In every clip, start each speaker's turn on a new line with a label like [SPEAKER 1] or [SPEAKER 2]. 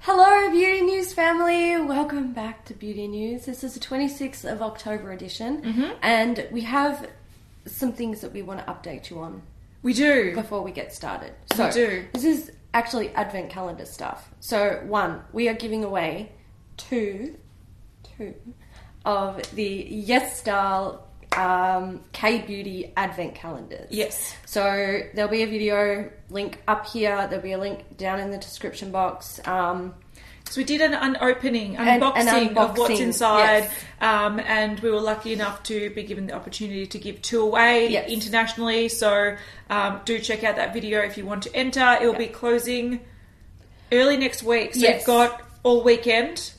[SPEAKER 1] Hello, Beauty News family. Welcome back to Beauty News. This is the 26th of October edition, and we have some things that we want to update you on
[SPEAKER 2] We do.
[SPEAKER 1] before we get started. So,
[SPEAKER 2] do.
[SPEAKER 1] this is actually advent calendar stuff. So, one, we are giving away two, two of the Yes Style um, K Beauty advent calendars.
[SPEAKER 2] Yes.
[SPEAKER 1] So there'll be a video link up here. There'll be a link down in the description box. Um,
[SPEAKER 2] So we did an, an opening,
[SPEAKER 1] An-
[SPEAKER 2] unboxing,
[SPEAKER 1] an
[SPEAKER 2] of what's
[SPEAKER 1] unboxing,
[SPEAKER 2] inside,
[SPEAKER 1] yes.
[SPEAKER 2] um, and we were lucky enough to be given the opportunity to give two away
[SPEAKER 1] Yes.
[SPEAKER 2] internationally. So um, do check out that video if you want to enter. It will be closing early next week. So
[SPEAKER 1] Yes.
[SPEAKER 2] you've got all weekend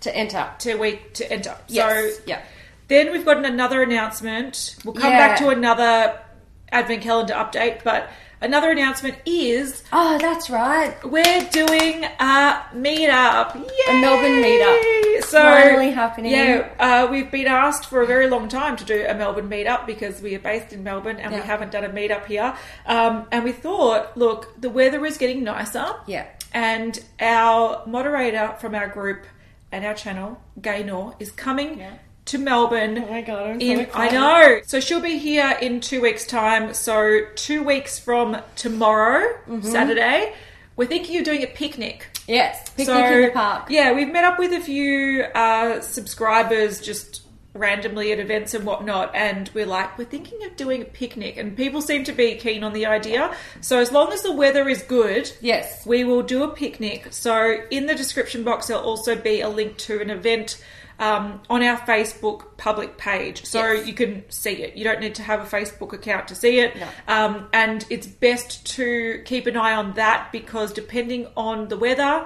[SPEAKER 1] to enter.
[SPEAKER 2] to week to enter.
[SPEAKER 1] Yes.
[SPEAKER 2] So
[SPEAKER 1] yeah.
[SPEAKER 2] Then we've got another announcement. We'll come
[SPEAKER 1] Yeah.
[SPEAKER 2] back to another advent calendar update, but another announcement is
[SPEAKER 1] Oh, that's right.
[SPEAKER 2] we're doing a meetup. Yay!
[SPEAKER 1] A Melbourne meetup.
[SPEAKER 2] So
[SPEAKER 1] Finally happening.
[SPEAKER 2] Yeah, uh, we've been asked for a very long time to do a Melbourne meetup because we are based in Melbourne and
[SPEAKER 1] Yeah.
[SPEAKER 2] we haven't done a meetup here. Um, and we thought, look, the weather is getting nicer.
[SPEAKER 1] Yeah.
[SPEAKER 2] And our moderator from our group and our channel, Gaynor, is coming
[SPEAKER 1] Yeah.
[SPEAKER 2] to Melbourne.
[SPEAKER 1] Oh my God, I'm so
[SPEAKER 2] in, I
[SPEAKER 1] excited.
[SPEAKER 2] know. So she'll be here in two weeks' time. So two weeks from tomorrow, Saturday, we're thinking of doing a picnic.
[SPEAKER 1] Yes. Picnic
[SPEAKER 2] so,
[SPEAKER 1] in the park.
[SPEAKER 2] Yeah, we've met up with a few uh, subscribers just randomly at events and whatnot, and we're like, we're thinking of doing a picnic, and people seem to be keen on the idea. So as long as the weather is good,
[SPEAKER 1] Yes.
[SPEAKER 2] we will do a picnic. So in the description box, there'll also be a link to an event um, on our Facebook public page, so
[SPEAKER 1] Yes.
[SPEAKER 2] you can see it. You don't need to have a Facebook account to see it.
[SPEAKER 1] No.
[SPEAKER 2] Um, and it's best to keep an eye on that because depending on the weather,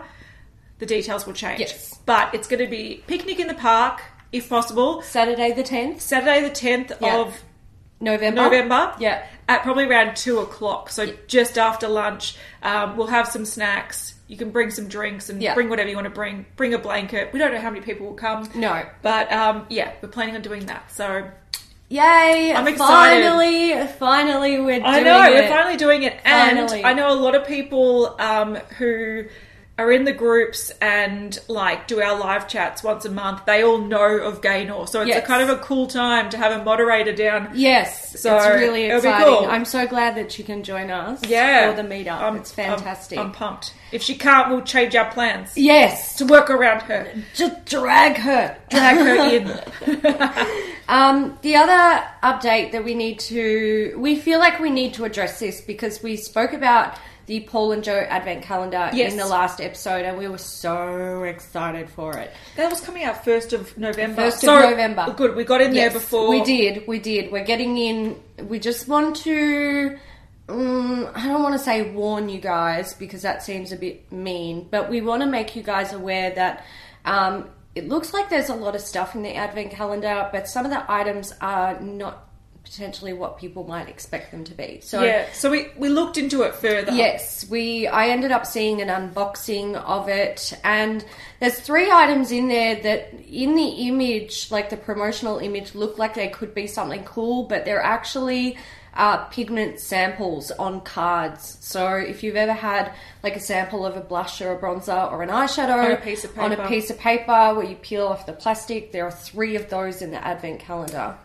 [SPEAKER 2] the details will change.
[SPEAKER 1] Yes.
[SPEAKER 2] But it's going to be picnic in the park, if possible.
[SPEAKER 1] Saturday the 10th,
[SPEAKER 2] Saturday the tenth
[SPEAKER 1] Yeah.
[SPEAKER 2] of
[SPEAKER 1] November.
[SPEAKER 2] November.
[SPEAKER 1] Yeah.
[SPEAKER 2] At probably around two o'clock, so just after lunch, um, we'll have some snacks. You can bring some drinks and
[SPEAKER 1] Yeah.
[SPEAKER 2] bring whatever you want to bring. Bring a blanket. We don't know how many people will come.
[SPEAKER 1] No.
[SPEAKER 2] but um, yeah, we're planning on doing that. So
[SPEAKER 1] Yay.
[SPEAKER 2] I'm excited.
[SPEAKER 1] Finally, finally we're doing
[SPEAKER 2] I know
[SPEAKER 1] it.
[SPEAKER 2] we're finally doing it, and
[SPEAKER 1] Finally.
[SPEAKER 2] I know a lot of people um, who are in the groups and like do our live chats once a month. They all know of Gaynor, so it's
[SPEAKER 1] Yes.
[SPEAKER 2] a kind of a cool time to have a moderator down.
[SPEAKER 1] Yes,
[SPEAKER 2] So,
[SPEAKER 1] it's really
[SPEAKER 2] it'll be
[SPEAKER 1] exciting.
[SPEAKER 2] cool.
[SPEAKER 1] I'm so glad that you can join us
[SPEAKER 2] Yeah,
[SPEAKER 1] for the meetup.
[SPEAKER 2] I'm-
[SPEAKER 1] it's fantastic.
[SPEAKER 2] I'm, I'm pumped. If she can't, we'll change our plans
[SPEAKER 1] yes,
[SPEAKER 2] to work around her,
[SPEAKER 1] just drag her.
[SPEAKER 2] drag her in.
[SPEAKER 1] Um, the other update that we need to, we feel like we need to address this because we spoke about the Paul and Joe Advent Calendar
[SPEAKER 2] Yes.
[SPEAKER 1] in the last episode, and we were so excited for it.
[SPEAKER 2] That was coming out first of November.
[SPEAKER 1] First of
[SPEAKER 2] So,
[SPEAKER 1] November.
[SPEAKER 2] Good, we got in
[SPEAKER 1] Yes,
[SPEAKER 2] there before.
[SPEAKER 1] we did, we did. We're getting in. We just want to. mm I don't want to say warn you guys because that seems a bit mean, but we want to make you guys aware that um, it looks like there's a lot of stuff in the advent calendar, but some of the items are not potentially what people might expect them to be. So
[SPEAKER 2] Yeah, so we, we looked into it further.
[SPEAKER 1] Yes, we. I ended up seeing an unboxing of it, and there's three items in there that, in the image, like the promotional image, look like they could be something cool, but they're actually uh, pigment samples on cards. So if you've ever had like a sample of a blush or a bronzer or an eyeshadow
[SPEAKER 2] On a piece of
[SPEAKER 1] on a
[SPEAKER 2] paper.
[SPEAKER 1] piece of paper where you peel off the plastic, there are three of those in the advent calendar.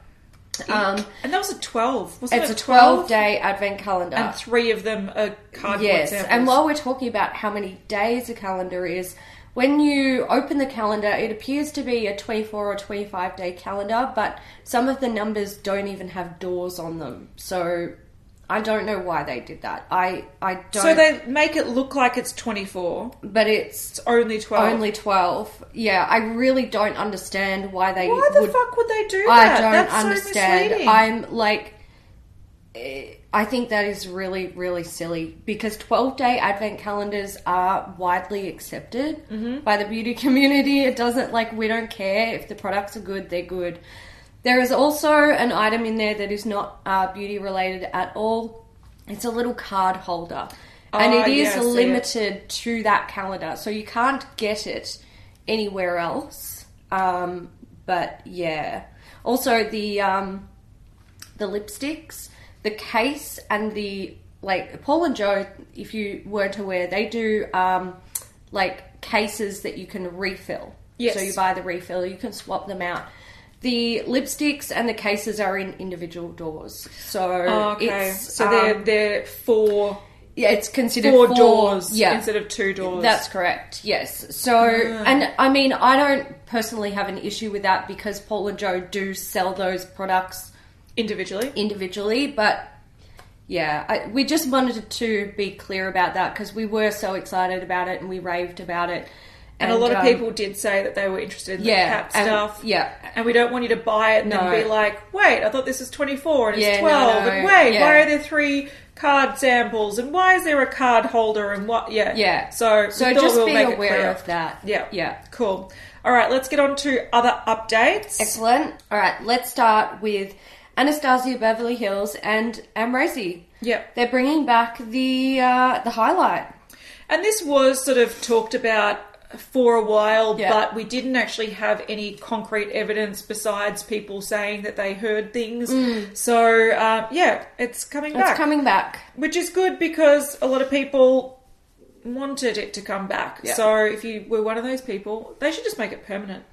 [SPEAKER 1] Um,
[SPEAKER 2] And that was a 12, wasn't
[SPEAKER 1] it's
[SPEAKER 2] it?
[SPEAKER 1] a 12 day advent calendar.
[SPEAKER 2] And three of them are cardboard
[SPEAKER 1] Ah. Yes,
[SPEAKER 2] samples.
[SPEAKER 1] and while we're talking about how many days a calendar is, when you open the calendar, it appears to be a 24 or 25 day calendar, but some of the numbers don't even have doors on them. So I don't know why they did that. I I don't.
[SPEAKER 2] so they make it look like it's 24.
[SPEAKER 1] but it's
[SPEAKER 2] It's only 12.
[SPEAKER 1] only 12. Yeah, I really don't understand why they.
[SPEAKER 2] Why the
[SPEAKER 1] would,
[SPEAKER 2] fuck would they do
[SPEAKER 1] I
[SPEAKER 2] that?
[SPEAKER 1] don't
[SPEAKER 2] That's so
[SPEAKER 1] understand.
[SPEAKER 2] misleading.
[SPEAKER 1] I'm like, eh, I think that is really, really silly because 12 day advent calendars are widely accepted
[SPEAKER 2] Mm-hmm.
[SPEAKER 1] by the beauty community. It doesn't, like, we don't care if the products are good, they're good. There is also an item in there that is not uh, beauty related at all. It's a little card holder. And
[SPEAKER 2] Ah,
[SPEAKER 1] it is
[SPEAKER 2] yeah, I see it.
[SPEAKER 1] limited to that calendar, so you can't get it anywhere else. Um, but yeah. Also the um, the lipsticks, the case, and the like. Paul and Joe, if you were to wear, they do um, like cases that you can refill.
[SPEAKER 2] Yes.
[SPEAKER 1] So you buy the refill, you can swap them out. The lipsticks and the cases are in individual doors. So
[SPEAKER 2] Oh, okay.
[SPEAKER 1] it's
[SPEAKER 2] so they're
[SPEAKER 1] um,
[SPEAKER 2] they're four
[SPEAKER 1] yeah, it's considered
[SPEAKER 2] four doors
[SPEAKER 1] Yeah.
[SPEAKER 2] instead of two doors.
[SPEAKER 1] That's correct. Yes. So,
[SPEAKER 2] Ah.
[SPEAKER 1] and I mean, I don't personally have an issue with that because Paul and Joe do sell those products
[SPEAKER 2] individually.
[SPEAKER 1] individually, but yeah, I, we just wanted to be clear about that because we were so excited about it and we raved about it.
[SPEAKER 2] And, a lot of
[SPEAKER 1] um,
[SPEAKER 2] people did say that they were interested in
[SPEAKER 1] yeah,
[SPEAKER 2] the cap
[SPEAKER 1] and-
[SPEAKER 2] stuff.
[SPEAKER 1] yeah.
[SPEAKER 2] And we don't want you to buy it and
[SPEAKER 1] No.
[SPEAKER 2] then be like, wait, I thought this was 24 and
[SPEAKER 1] Yeah,
[SPEAKER 2] it's
[SPEAKER 1] no,
[SPEAKER 2] 12.
[SPEAKER 1] no,
[SPEAKER 2] And wait,
[SPEAKER 1] yeah.
[SPEAKER 2] why are there three card samples? And why is there a card holder? And what? Yeah.
[SPEAKER 1] Yeah.
[SPEAKER 2] So,
[SPEAKER 1] So
[SPEAKER 2] we thought
[SPEAKER 1] just
[SPEAKER 2] we'll
[SPEAKER 1] be
[SPEAKER 2] make it
[SPEAKER 1] aware
[SPEAKER 2] clear.
[SPEAKER 1] of that.
[SPEAKER 2] Yeah.
[SPEAKER 1] Yeah.
[SPEAKER 2] Cool. All right, let's get on to other updates.
[SPEAKER 1] Excellent. All right, let's start with Anastasia Beverly Hills and Amrezi.
[SPEAKER 2] Yep.
[SPEAKER 1] They're bringing back the uh, the highlight.
[SPEAKER 2] And this was sort of talked about for a while,
[SPEAKER 1] Yeah.
[SPEAKER 2] but we didn't actually have any concrete evidence besides people saying that they heard things. So, uh, yeah, it's coming
[SPEAKER 1] Mm. It's
[SPEAKER 2] back.
[SPEAKER 1] coming back.
[SPEAKER 2] which is good because a lot of people wanted it to come back.
[SPEAKER 1] Yeah.
[SPEAKER 2] So if you were one of those people, they should just make it permanent.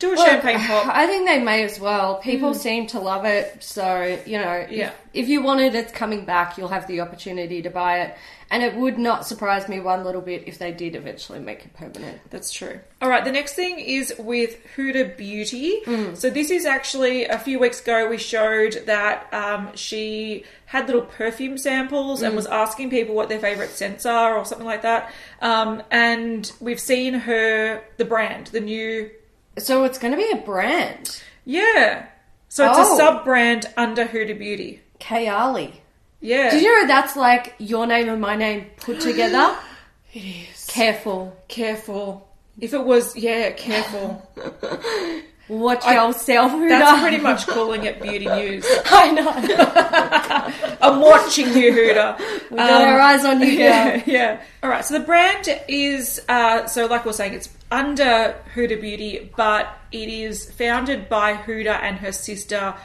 [SPEAKER 2] Do a
[SPEAKER 1] Look,
[SPEAKER 2] champagne pop.
[SPEAKER 1] I think they may as well. People seem to love it, so you know,
[SPEAKER 2] Yeah.
[SPEAKER 1] if, if you want it, it's coming back. You'll have the opportunity to buy it, and it would not surprise me one little bit if they did eventually make it permanent.
[SPEAKER 2] That's true. All right, the next thing is with Huda Beauty.
[SPEAKER 1] Mm.
[SPEAKER 2] So this is actually a few weeks ago we showed that um, she had little perfume samples
[SPEAKER 1] Mm.
[SPEAKER 2] and was asking people what their favorite scents are or something like that. Um, and we've seen her the brand, the new
[SPEAKER 1] So it's going to be a brand,
[SPEAKER 2] yeah. So it's
[SPEAKER 1] Oh.
[SPEAKER 2] a sub brand under Huda Beauty.
[SPEAKER 1] Kayali.
[SPEAKER 2] Yeah.
[SPEAKER 1] Did you know that's like your name and my name put together?
[SPEAKER 2] It is.
[SPEAKER 1] Careful,
[SPEAKER 2] Careful. If it was, yeah, careful.
[SPEAKER 1] watch yourself. Huda.
[SPEAKER 2] That's pretty much calling it beauty news.
[SPEAKER 1] I know.
[SPEAKER 2] I'm watching you, Huda. We
[SPEAKER 1] got our eyes on you, girl.
[SPEAKER 2] Yeah, yeah. All right. So the brand is, uh, so like we're saying, it's under Huda Beauty, but it is founded by Huda and her sister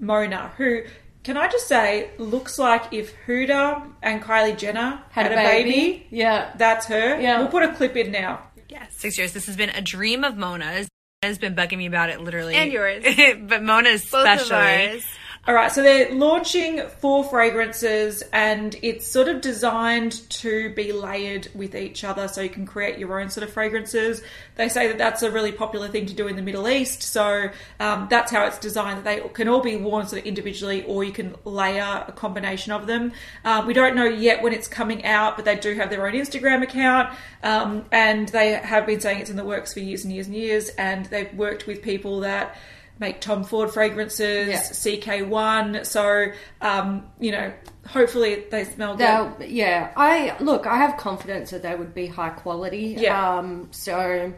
[SPEAKER 2] Mona, who. Can I just say, looks like if Huda and Kylie Jenner had, a, baby,
[SPEAKER 1] Yeah.
[SPEAKER 2] that's her.
[SPEAKER 1] Yeah.
[SPEAKER 2] We'll put a clip in now.
[SPEAKER 3] Yeah, six years. This has been a dream of Mona's. Mona's been bugging me about it literally.
[SPEAKER 4] And yours.
[SPEAKER 3] but Mona's
[SPEAKER 4] Both of
[SPEAKER 3] especially.
[SPEAKER 4] ours.
[SPEAKER 2] All right, so they're launching four fragrances, and it's sort of designed to be layered with each other, so you can create your own sort of fragrances. They say that that's a really popular thing to do in the Middle East, so um, that's how it's designed. That they can all be worn sort of individually, or you can layer a combination of them. Um, we don't know yet when it's coming out, but they do have their own Instagram account, um, and they have been saying it's in the works for years and years and years, and they've worked with people that make Tom Ford fragrances,
[SPEAKER 1] Yeah.
[SPEAKER 2] CK1. So, um, you know, hopefully they smell good.
[SPEAKER 1] They'll- yeah, I look. I have confidence that they would be high quality.
[SPEAKER 2] Yeah.
[SPEAKER 1] Um, so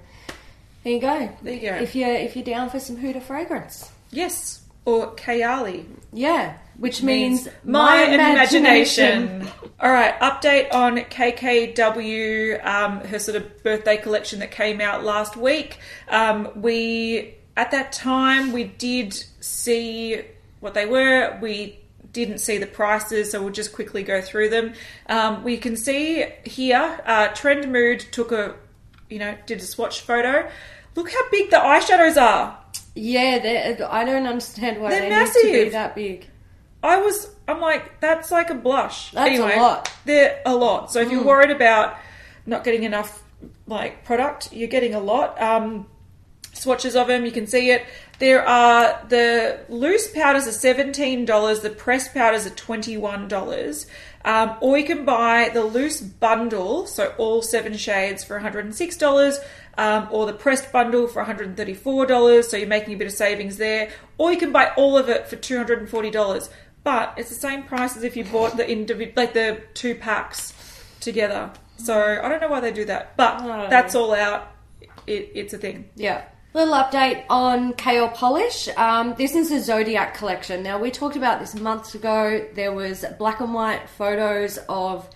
[SPEAKER 1] there you go.
[SPEAKER 2] There you go.
[SPEAKER 1] If you're if you're down for some Huda fragrance,
[SPEAKER 2] yes. Or Kayali.
[SPEAKER 1] yeah, which means,
[SPEAKER 2] Means my imagination. All right, update on KKW, um, her sort of birthday collection that came out last week. Um, we, at that time, we did see what they were. We didn't see the prices, so we'll just quickly go through them. Um, we can see here, uh, Trend Mood took a, you know, did a swatch photo. Look how big the eyeshadows are.
[SPEAKER 1] Yeah, they're- I don't understand why they
[SPEAKER 2] They're
[SPEAKER 1] need to be
[SPEAKER 2] massive.
[SPEAKER 1] that big.
[SPEAKER 2] I was, I'm like, that's like a blush.
[SPEAKER 1] That's a lot. Hmm.
[SPEAKER 2] They're a lot. So if you're worried about not getting enough like product, you're getting a lot. Um, swatches of them, you can see it. There are the loose powders are seventeen dollars. The pressed powders are twenty one dollars. Um, or you can buy the loose bundle, so all seven shades for one hundred and six dollars. Um, or the pressed bundle for $134, so you're making a bit of savings there. Or you can buy all of it for $240 but it's the same price as if you bought the individ like the two packs together. So I don't know why they do that, but
[SPEAKER 1] No.
[SPEAKER 2] that's all out. It, it's a thing.
[SPEAKER 1] Yeah. Little update on KL Polish. Um, this is a Zodiac collection. Now, we talked about this months ago. There was black and white photos of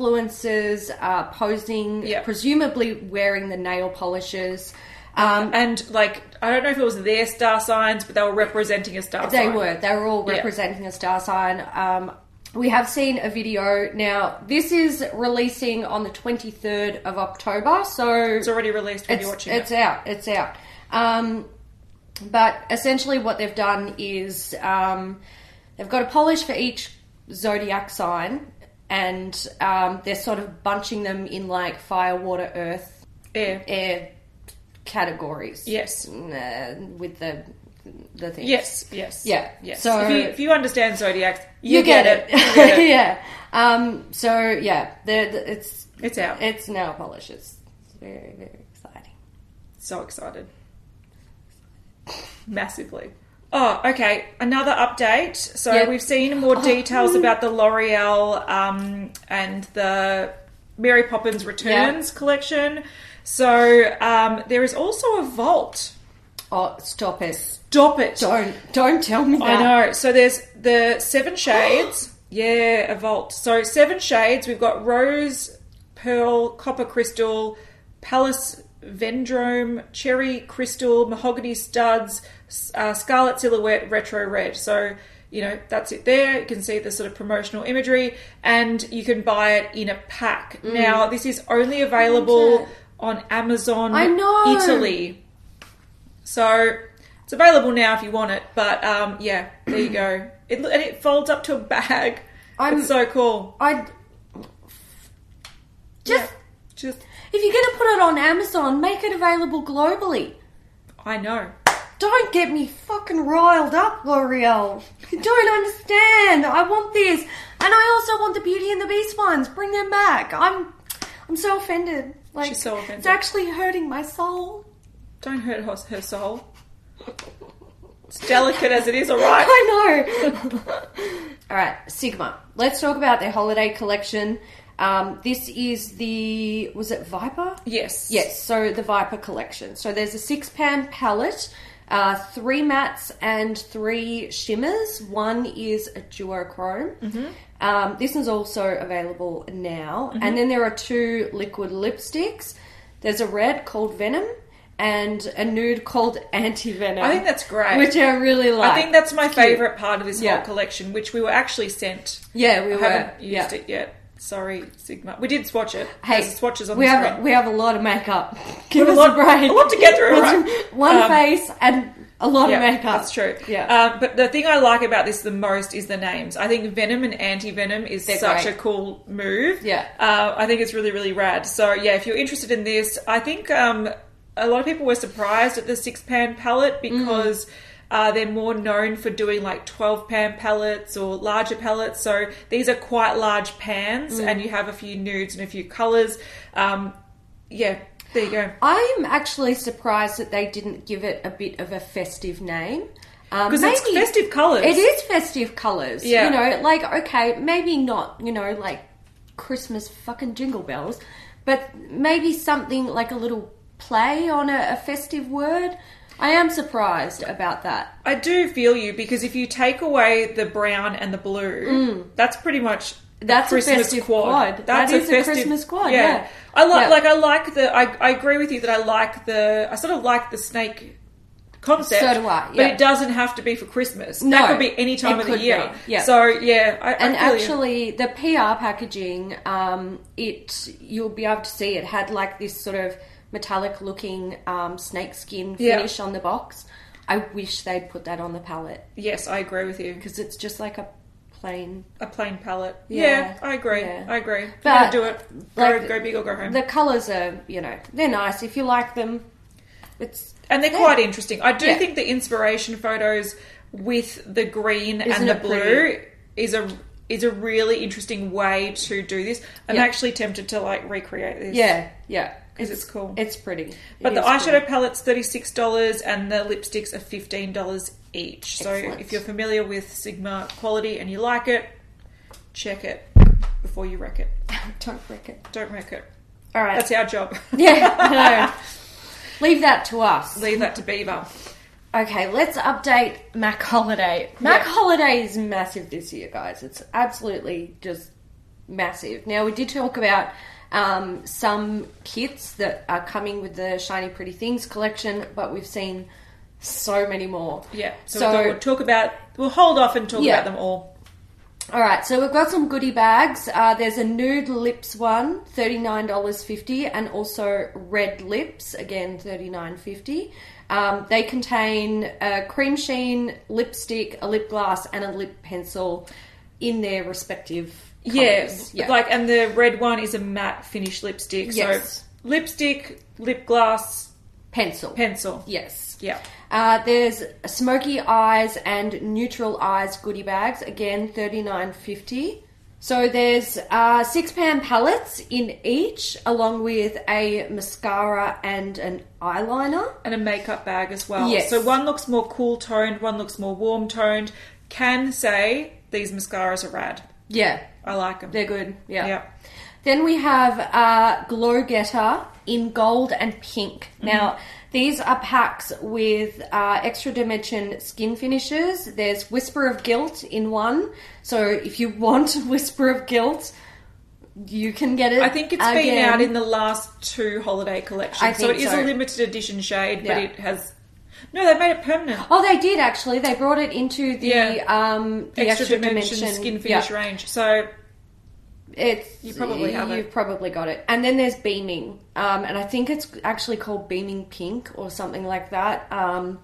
[SPEAKER 1] influencers uh, posing,
[SPEAKER 2] Yeah.
[SPEAKER 1] presumably wearing the nail polishes. Um,
[SPEAKER 2] And like I don't know if it was their star signs, but they were representing a star.
[SPEAKER 1] they
[SPEAKER 2] sign.
[SPEAKER 1] were. They were all
[SPEAKER 2] Yeah.
[SPEAKER 1] representing a star sign. Um, we have seen a video now. This is releasing on the 23rd of October, so
[SPEAKER 2] It's already released when
[SPEAKER 1] it's,
[SPEAKER 2] you're watching
[SPEAKER 1] it's
[SPEAKER 2] it.
[SPEAKER 1] out. It's out. Um, but essentially, what they've done is um, they've got a polish for each zodiac sign, and um, they're sort of bunching them in like fire, water, earth,
[SPEAKER 2] Air.
[SPEAKER 1] air categories.
[SPEAKER 2] Yes.
[SPEAKER 1] Uh, with the the thing.
[SPEAKER 2] Yes, yes.
[SPEAKER 1] Yeah,
[SPEAKER 2] Yes.
[SPEAKER 1] so-
[SPEAKER 2] if, you, if you understand zodiacs, you,
[SPEAKER 1] you, get, it.
[SPEAKER 2] You get it.
[SPEAKER 1] yeah. Um, so yeah, the, the, it's
[SPEAKER 2] It's out.
[SPEAKER 1] it's now polished. It's very very exciting.
[SPEAKER 2] So excited. Massively. Oh, okay. Another update. So
[SPEAKER 1] Yep. Oh.
[SPEAKER 2] we've seen more details about the L'Oreal um, and the Mary Poppins Returns collection. So um, there is also a vault.
[SPEAKER 1] Oh, stop it!
[SPEAKER 2] Stop it.
[SPEAKER 1] Don't don't tell me that.
[SPEAKER 2] I know. So there's the Seven Shades. yeah, a vault. So Seven Shades. We've got rose, pearl, copper crystal, palace vendrome, cherry crystal, mahogany studs, s- uh, scarlet silhouette, retro red. So you know that's it. There you can see the sort of promotional imagery, and you can buy it in a pack.
[SPEAKER 1] Mm.
[SPEAKER 2] Now this is only available
[SPEAKER 1] Imagine.
[SPEAKER 2] on Amazon.
[SPEAKER 1] I know.
[SPEAKER 2] Italy. So it's available now if you want it. But um, yeah, there you go. It, and it folds up to a bag.
[SPEAKER 1] I'm-
[SPEAKER 2] it's so cool.
[SPEAKER 1] I just
[SPEAKER 2] Just
[SPEAKER 1] if you're gonna put it on Amazon, make it available globally.
[SPEAKER 2] I know.
[SPEAKER 1] Don't get me fucking riled up, L'Oreal. You don't understand. I want this, and I also want the Beauty and the Beast ones. Bring them back. I'm, I'm so offended. Like
[SPEAKER 2] She's so offended.
[SPEAKER 1] it's actually hurting my soul.
[SPEAKER 2] Don't hurt her, her soul. It's delicate as it is. All right.
[SPEAKER 1] I know. All right, Sigma. Let's talk about their holiday collection. Um, this is the was it Viper?
[SPEAKER 2] Yes.
[SPEAKER 1] Yes, so the Viper collection. So there's a six pan palette, uh, three mattes and three shimmers. One is a duochrome.
[SPEAKER 2] Mm-hmm.
[SPEAKER 1] Um, this is also available now.
[SPEAKER 2] Mm-hmm.
[SPEAKER 1] And then there are two liquid lipsticks. There's a red called Venom and a nude called Anti Venom.
[SPEAKER 2] I think that's great.
[SPEAKER 1] Which I really like.
[SPEAKER 2] I think that's my favourite part of this
[SPEAKER 1] Yeah.
[SPEAKER 2] whole collection, which we were actually sent.
[SPEAKER 1] yeah, we
[SPEAKER 2] I
[SPEAKER 1] were
[SPEAKER 2] haven't
[SPEAKER 1] yeah.
[SPEAKER 2] used it yet. Sorry, Sigma. We did swatch it.
[SPEAKER 1] Hey,
[SPEAKER 2] There's swatches on
[SPEAKER 1] we
[SPEAKER 2] the
[SPEAKER 1] have
[SPEAKER 2] screen.
[SPEAKER 1] we have a lot of makeup. Give
[SPEAKER 2] a
[SPEAKER 1] us
[SPEAKER 2] lot-
[SPEAKER 1] a break.
[SPEAKER 2] a lot to get through, right?
[SPEAKER 1] One
[SPEAKER 2] Um,
[SPEAKER 1] face and a lot
[SPEAKER 2] Yeah,
[SPEAKER 1] of makeup.
[SPEAKER 2] That's true.
[SPEAKER 1] Oh Yeah.
[SPEAKER 2] Um, but the thing I like about this the most is the names. I think Venom and Anti Venom is
[SPEAKER 1] They're
[SPEAKER 2] such
[SPEAKER 1] great.
[SPEAKER 2] a cool move.
[SPEAKER 1] Yeah.
[SPEAKER 2] Uh, I think it's really, really rad. So, yeah, if you're interested in this, I think um, a lot of people were surprised at the six pan
[SPEAKER 1] Mm.
[SPEAKER 2] palette because. Uh, they're more known for doing like 12 pan palettes or larger palettes. So these are quite large pans,
[SPEAKER 1] Mm.
[SPEAKER 2] and you have a few nudes and a few colors. Um, yeah, there you go.
[SPEAKER 1] I'm actually surprised that they didn't give it a bit of a festive name. Um,
[SPEAKER 2] Because it's festive colours.
[SPEAKER 1] It is festive colours.
[SPEAKER 2] Yeah.
[SPEAKER 1] You know, like, okay, maybe not, you know, like Christmas fucking jingle bells, but maybe something like a little play on a, a festive word. I am surprised about that.
[SPEAKER 2] I do feel you because if you take away the brown and the blue, that's pretty much a
[SPEAKER 1] Mm. That's a
[SPEAKER 2] Christmas
[SPEAKER 1] festive quad. That
[SPEAKER 2] That's
[SPEAKER 1] is a Christmas quad, yeah.
[SPEAKER 2] I like
[SPEAKER 1] Yeah.
[SPEAKER 2] like I like the I, I agree with you that I like the I sort of like the snake concept.
[SPEAKER 1] So do I,
[SPEAKER 2] But
[SPEAKER 1] yeah.
[SPEAKER 2] it doesn't have to be for Christmas.
[SPEAKER 1] No,
[SPEAKER 2] that could be any time
[SPEAKER 1] it
[SPEAKER 2] of the
[SPEAKER 1] could
[SPEAKER 2] year.
[SPEAKER 1] be, yeah.
[SPEAKER 2] So yeah, I,
[SPEAKER 1] And
[SPEAKER 2] I feel you.
[SPEAKER 1] actually, the PR packaging, um, it you'll be able to see it had like this sort of metallic looking um, snakeskin
[SPEAKER 2] Yeah.
[SPEAKER 1] finish on the box. I wish they'd put that on the palette
[SPEAKER 2] yes, I agree with you.
[SPEAKER 1] because it's just like a plain.
[SPEAKER 2] A plain palette. Yeah,
[SPEAKER 1] Yeah,
[SPEAKER 2] I agree.
[SPEAKER 1] yeah.
[SPEAKER 2] I agree. If
[SPEAKER 1] But,
[SPEAKER 2] you're gonna do it. Go,
[SPEAKER 1] like,
[SPEAKER 2] go big or go home.
[SPEAKER 1] The colors are, you know, they're nice if you like them. It's
[SPEAKER 2] and they're quite interesting. I do
[SPEAKER 1] Yeah.
[SPEAKER 2] think the inspiration photos with the green
[SPEAKER 1] Isn't
[SPEAKER 2] and the
[SPEAKER 1] it
[SPEAKER 2] blue
[SPEAKER 1] pretty?
[SPEAKER 2] is a is a really interesting way to do this. I'm
[SPEAKER 1] Yeah.
[SPEAKER 2] actually tempted to like recreate this.
[SPEAKER 1] yeah, yeah.
[SPEAKER 2] because it's, cool.
[SPEAKER 1] It's pretty.
[SPEAKER 2] but
[SPEAKER 1] It
[SPEAKER 2] the
[SPEAKER 1] is
[SPEAKER 2] eyeshadow
[SPEAKER 1] pretty.
[SPEAKER 2] palette's thirty six dollars and the lipsticks are fifteen dollars each. So
[SPEAKER 1] Excellent.
[SPEAKER 2] if you're familiar with Sigma quality and you like it, check it before you wreck it.
[SPEAKER 1] don't wreck it.
[SPEAKER 2] Don't wreck it.
[SPEAKER 1] All right.
[SPEAKER 2] That's our job.
[SPEAKER 1] yeah. No. Leave that to us.
[SPEAKER 2] Leave that to Beaver.
[SPEAKER 1] Okay, let's update Mac Holiday. Mac
[SPEAKER 2] Yeah.
[SPEAKER 1] Holiday is massive this year, guys. It's absolutely just massive. Now, we did talk about um, some kits that are coming with the Shiny Pretty Things collection, but we've seen so many more.
[SPEAKER 2] Yeah. So,
[SPEAKER 1] So-
[SPEAKER 2] we thought we'll talk about. We'll hold off and talk
[SPEAKER 1] Yeah.
[SPEAKER 2] about them all.
[SPEAKER 1] All right, so we've got some goodie bags. Uh, there's a nude lips one, thirty nine dollars fifty, and also red lips again, thirty nine fifty. Um, they contain a cream sheen lipstick, a lip gloss, and a lip pencil in their respective.
[SPEAKER 2] Yes,
[SPEAKER 1] colours. yeah.
[SPEAKER 2] like and the red one is a matte finish lipstick.
[SPEAKER 1] Yes.
[SPEAKER 2] So lipstick, lip gloss,
[SPEAKER 1] pencil.
[SPEAKER 2] pencil.
[SPEAKER 1] yes.
[SPEAKER 2] Yeah.
[SPEAKER 1] Uh, there's smoky eyes and neutral eyes goodie bags again, thirty nine fifty. So there's uh, six pound palettes in each, along with a mascara and an eyeliner.
[SPEAKER 2] And a makeup bag as well.
[SPEAKER 1] Yes.
[SPEAKER 2] So one looks more cool toned, one looks more warm toned. Can say these mascaras are rad.
[SPEAKER 1] Yeah,
[SPEAKER 2] I like them.
[SPEAKER 1] they're good. Yeah.
[SPEAKER 2] Yeah.
[SPEAKER 1] Then we have uh, Glow Getter in gold and pink.
[SPEAKER 2] Mm-hmm.
[SPEAKER 1] Now these are packs with uh, extra dimension skin finishes. There's Whisper of Guilt in one. So if you want Whisper of Guilt, you can get it.
[SPEAKER 2] I think it's been out in the last two holiday collections.
[SPEAKER 1] I
[SPEAKER 2] so
[SPEAKER 1] think
[SPEAKER 2] it is
[SPEAKER 1] so.
[SPEAKER 2] a limited edition shade,
[SPEAKER 1] Yeah.
[SPEAKER 2] but it has. No, they've made it permanent.
[SPEAKER 1] Oh, they did actually. They brought it into the
[SPEAKER 2] Yeah.
[SPEAKER 1] um the
[SPEAKER 2] extra,
[SPEAKER 1] extra,
[SPEAKER 2] dimension, skin
[SPEAKER 1] yeah.
[SPEAKER 2] finish range. So
[SPEAKER 1] It's
[SPEAKER 2] You probably have
[SPEAKER 1] You've
[SPEAKER 2] it.
[SPEAKER 1] probably got it. And then there's beaming, um, and I think it's actually called beaming pink or something like that. Um,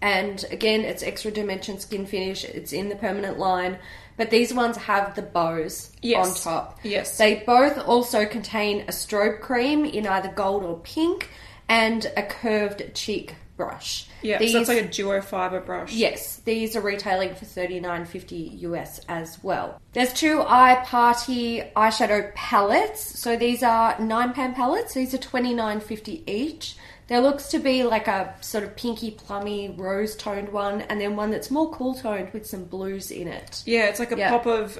[SPEAKER 1] and again, it's extra dimension skin finish. It's in the permanent line, but these ones have the bows
[SPEAKER 2] Yes.
[SPEAKER 1] on top.
[SPEAKER 2] Yes.
[SPEAKER 1] they both also contain a strobe cream in either gold or pink, and a curved cheek brush.
[SPEAKER 2] yeah,
[SPEAKER 1] These-
[SPEAKER 2] so it's like a duo fiber brush.
[SPEAKER 1] Yes, these are retailing for thirty nine fifty US as well. There's two Eye Party eyeshadow palettes. So these are nine pound palettes. These are twenty nine fifty each. There looks to be like a sort of pinky, plummy, rose toned one, and then one that's more cool toned with some blues in it.
[SPEAKER 2] Yeah, it's like a
[SPEAKER 1] Yeah.
[SPEAKER 2] pop of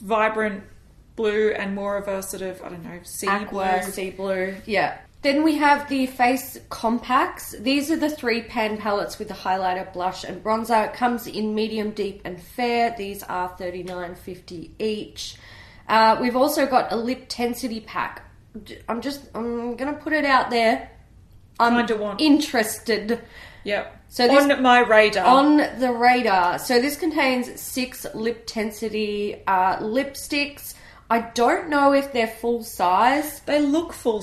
[SPEAKER 2] vibrant blue and more of a sort of I don't know sea
[SPEAKER 1] Aqua,
[SPEAKER 2] blue.
[SPEAKER 1] sea blue, yeah. Then we have the face compacts. These are the three pan palettes with the highlighter, blush, and bronzer. It comes in medium, deep, and fair. These are thirty nine fifty each. Uh, we've also got a lip tensity pack. D- I'm just I'm gonna put it out there. I'm
[SPEAKER 2] Kinda want.
[SPEAKER 1] interested
[SPEAKER 2] Yep.
[SPEAKER 1] So this-
[SPEAKER 2] on my radar.
[SPEAKER 1] on the radar. So this contains six lip tensity uh, lipsticks. I don't know if they're full size.
[SPEAKER 2] they look full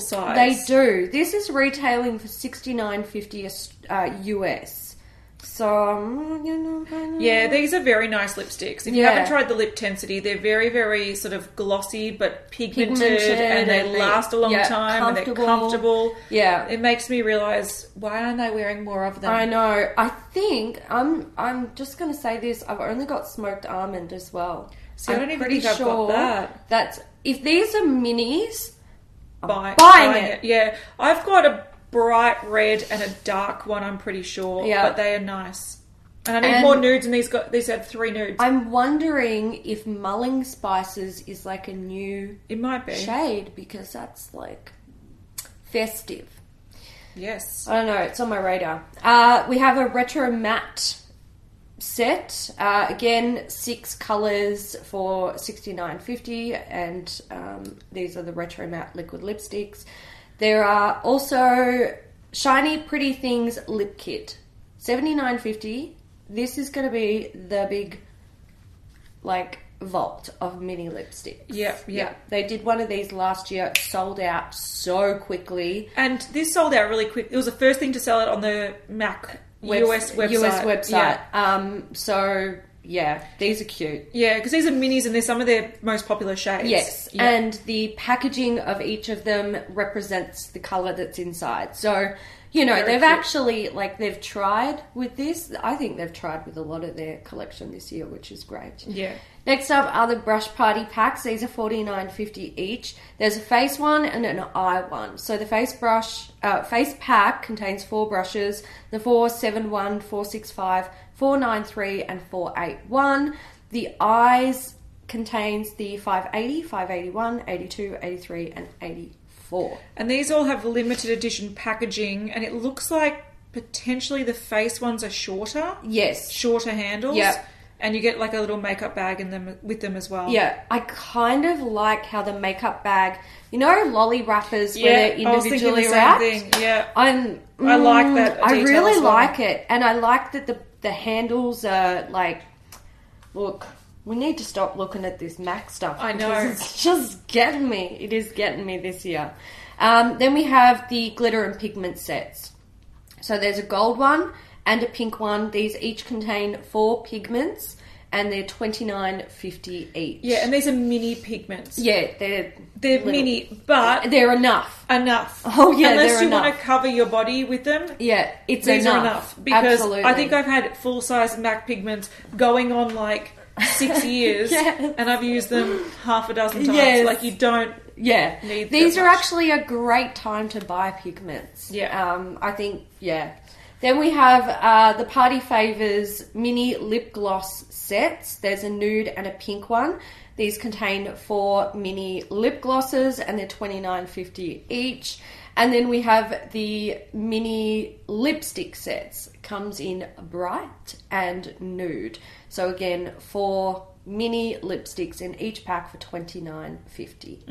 [SPEAKER 1] They
[SPEAKER 2] size.
[SPEAKER 1] do. This is retailing for sixty nine fifty uh, US. So um, you know, I know.
[SPEAKER 2] Yeah, these are very nice lipsticks. If you
[SPEAKER 1] Yeah.
[SPEAKER 2] haven't tried the lip tensity, they're very, very sort of glossy but pigmented,
[SPEAKER 1] Pigmented
[SPEAKER 2] and they
[SPEAKER 1] and they-
[SPEAKER 2] last a long
[SPEAKER 1] yeah,
[SPEAKER 2] time and they're
[SPEAKER 1] comfortable.
[SPEAKER 2] comfortable.
[SPEAKER 1] Yeah.
[SPEAKER 2] It makes me realise why aren't I wearing more of them?
[SPEAKER 1] I know. I think I'm. I'm just gonna say this. I've only got smoked almond as well.
[SPEAKER 2] See, I
[SPEAKER 1] I'm
[SPEAKER 2] don't even
[SPEAKER 1] pretty
[SPEAKER 2] think I've got that.
[SPEAKER 1] That's if these are minis.
[SPEAKER 2] Buy-
[SPEAKER 1] Oh, buying it.
[SPEAKER 2] Yeah. I've got a bright red and a dark one, I'm pretty sure.
[SPEAKER 1] Yeah.
[SPEAKER 2] But they are nice. And I need
[SPEAKER 1] And-
[SPEAKER 2] more nudes and these got these had three nudes.
[SPEAKER 1] I'm wondering if mulling spices is like a new
[SPEAKER 2] it might be.
[SPEAKER 1] shade because that's like festive.
[SPEAKER 2] Yes.
[SPEAKER 1] I don't know. Oh, It's on my radar. Uh, we have a retro matte set. Uh, again, six colors for sixty nine fifty, and um, these are the retro matte liquid lipsticks. There are also shiny pretty things lip kit seventy nine fifty. This is going to be the big like vault of mini lipsticks.
[SPEAKER 2] Yeah, yeah.
[SPEAKER 1] They did one of these last year. It sold out so quickly.
[SPEAKER 2] And this sold out really quick. It was the first thing to sell it on the Mac US website.
[SPEAKER 1] US website.
[SPEAKER 2] Yeah.
[SPEAKER 1] Um, so yeah, these are cute.
[SPEAKER 2] Yeah, because these are minis and they're some of their most popular shades.
[SPEAKER 1] Yes,
[SPEAKER 2] Yeah.
[SPEAKER 1] and the packaging of each of them represents the color that's inside. So you know
[SPEAKER 2] Very
[SPEAKER 1] they've
[SPEAKER 2] cute.
[SPEAKER 1] actually like they've tried with this. I think they've tried with a lot of their collection this year, which is great.
[SPEAKER 2] yeah.
[SPEAKER 1] Next up are the brush party packs. These are forty nine fifty each. There's a face one and an eye one. So the face brush uh, face pack contains four brushes: the four seven one, four six five, four nine three, and four eight one. The eyes contains the 580, 581, 82, 83, and 84.
[SPEAKER 2] And these all have limited edition packaging and it looks like potentially the face ones are shorter,
[SPEAKER 1] Yes.
[SPEAKER 2] shorter handles.
[SPEAKER 1] Yep.
[SPEAKER 2] And you get like a little makeup bag in them with them as well.
[SPEAKER 1] Yeah, I kind of like how the makeup bag, you know, lolly wrappers
[SPEAKER 2] Yeah.
[SPEAKER 1] where they're
[SPEAKER 2] I was thinking
[SPEAKER 1] individually
[SPEAKER 2] the same
[SPEAKER 1] wrapped.
[SPEAKER 2] thing. Yeah.
[SPEAKER 1] I'm.
[SPEAKER 2] I like that
[SPEAKER 1] mm, I
[SPEAKER 2] detail
[SPEAKER 1] really
[SPEAKER 2] as well.
[SPEAKER 1] like it, and I like that the the handles are like, look, we need to stop looking at this Mac stuff.
[SPEAKER 2] I know.
[SPEAKER 1] because It's just getting me. It is getting me this year. Um, then we have the glitter and pigment sets. So there's a gold one and a pink one. These each contain four pigments and they're twenty nine fifty each.
[SPEAKER 2] Yeah, and these are mini pigments.
[SPEAKER 1] Yeah, they're
[SPEAKER 2] They're
[SPEAKER 1] little.
[SPEAKER 2] mini, but
[SPEAKER 1] They're enough.
[SPEAKER 2] enough.
[SPEAKER 1] Oh, yeah,
[SPEAKER 2] unless
[SPEAKER 1] they're
[SPEAKER 2] you want
[SPEAKER 1] enough.
[SPEAKER 2] to cover your body with them.
[SPEAKER 1] Yeah, it's
[SPEAKER 2] These
[SPEAKER 1] enough.
[SPEAKER 2] are enough because
[SPEAKER 1] Absolutely.
[SPEAKER 2] I think I've had full size Mac pigments going on like six years,
[SPEAKER 1] Yes.
[SPEAKER 2] and I've used them half a dozen times.
[SPEAKER 1] Yes.
[SPEAKER 2] Like you don't.
[SPEAKER 1] Yeah,
[SPEAKER 2] need
[SPEAKER 1] these
[SPEAKER 2] that
[SPEAKER 1] are
[SPEAKER 2] much.
[SPEAKER 1] actually a great time to buy pigments.
[SPEAKER 2] Yeah.
[SPEAKER 1] um, I think yeah. Then we have uh, the Party Favors mini lip gloss sets. There's a nude and a pink one. These contain four mini lip glosses, and they're twenty nine fifty each. And then we have the mini lipstick sets. Comes in bright and nude. So again, four mini lipsticks in each pack for twenty nine fifty.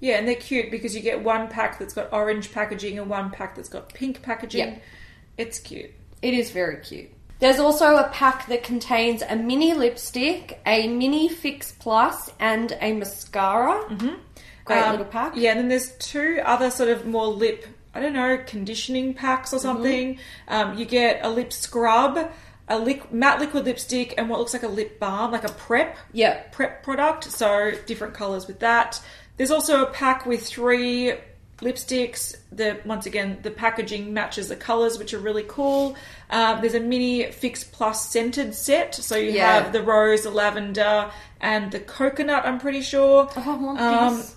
[SPEAKER 2] Yeah, and they're cute because you get one pack that's got orange packaging and one pack that's got pink packaging.
[SPEAKER 1] Yeah.
[SPEAKER 2] It's cute.
[SPEAKER 1] It is very cute. There's also a pack that contains a mini lipstick, a mini fix plus, and a mascara. Mm-hmm. Great
[SPEAKER 2] Um,
[SPEAKER 1] little pack.
[SPEAKER 2] Yeah, and then there's two other sort of more lip, I don't know, conditioning packs
[SPEAKER 1] Mm-hmm.
[SPEAKER 2] or something. Um, you get a lip scrub, a liq- matte liquid lipstick, and what looks like a lip balm, like a prep.
[SPEAKER 1] Yeah.
[SPEAKER 2] Prep product, so different colours with that. There's also a pack with three lipsticks. The once again the packaging matches the colours, which are really cool. Um, there's a mini Fix Plus scented set, so you
[SPEAKER 1] Yeah.
[SPEAKER 2] have the rose, the lavender, and the coconut. I'm pretty sure. Um,
[SPEAKER 1] Oh, I want these.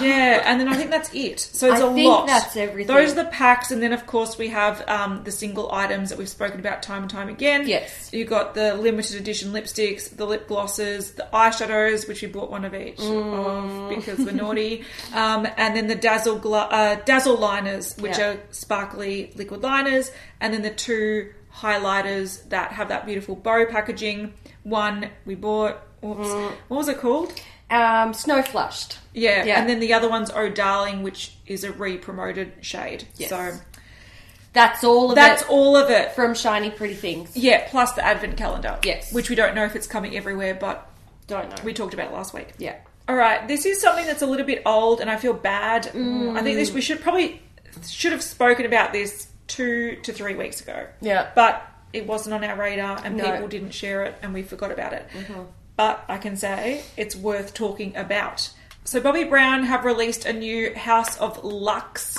[SPEAKER 2] Yeah, and then I think that's it. So it's
[SPEAKER 1] I
[SPEAKER 2] a
[SPEAKER 1] think
[SPEAKER 2] lot.
[SPEAKER 1] that's everything.
[SPEAKER 2] Those are the packs, and then of course we have um, the single items that we've spoken about time and time again.
[SPEAKER 1] Yes.
[SPEAKER 2] you got the limited edition lipsticks, the lip glosses, the eyeshadows, which we bought one of each
[SPEAKER 1] Mm.
[SPEAKER 2] of because we're naughty, um, and then the dazzle gla- uh, dazzle liners, which
[SPEAKER 1] Yeah.
[SPEAKER 2] are sparkly liquid liners, and then the two highlighters that have that beautiful bow packaging. One we bought. Oops.
[SPEAKER 1] Mm.
[SPEAKER 2] What was it called?
[SPEAKER 1] Um, snow flushed.
[SPEAKER 2] Yeah,
[SPEAKER 1] Yeah.
[SPEAKER 2] and then the other one's Oh Darling, which is a re-promoted shade.
[SPEAKER 1] Yes.
[SPEAKER 2] So
[SPEAKER 1] That's all of
[SPEAKER 2] that's
[SPEAKER 1] it
[SPEAKER 2] all of it.
[SPEAKER 1] from Shiny Pretty Things.
[SPEAKER 2] Yeah, plus the advent calendar.
[SPEAKER 1] Yes.
[SPEAKER 2] Which we don't know if it's coming everywhere, but
[SPEAKER 1] Don't know.
[SPEAKER 2] we talked about it last week.
[SPEAKER 1] yeah.
[SPEAKER 2] All right, this is something that's a little bit old and I feel bad. I think this we should probably should have spoken about this 2 to 3 weeks ago.
[SPEAKER 1] Yeah.
[SPEAKER 2] But it wasn't on our radar and
[SPEAKER 1] No.
[SPEAKER 2] people didn't share it and we forgot about it. But I can say it's worth talking about. So Bobby Brown have released a new House of Luxe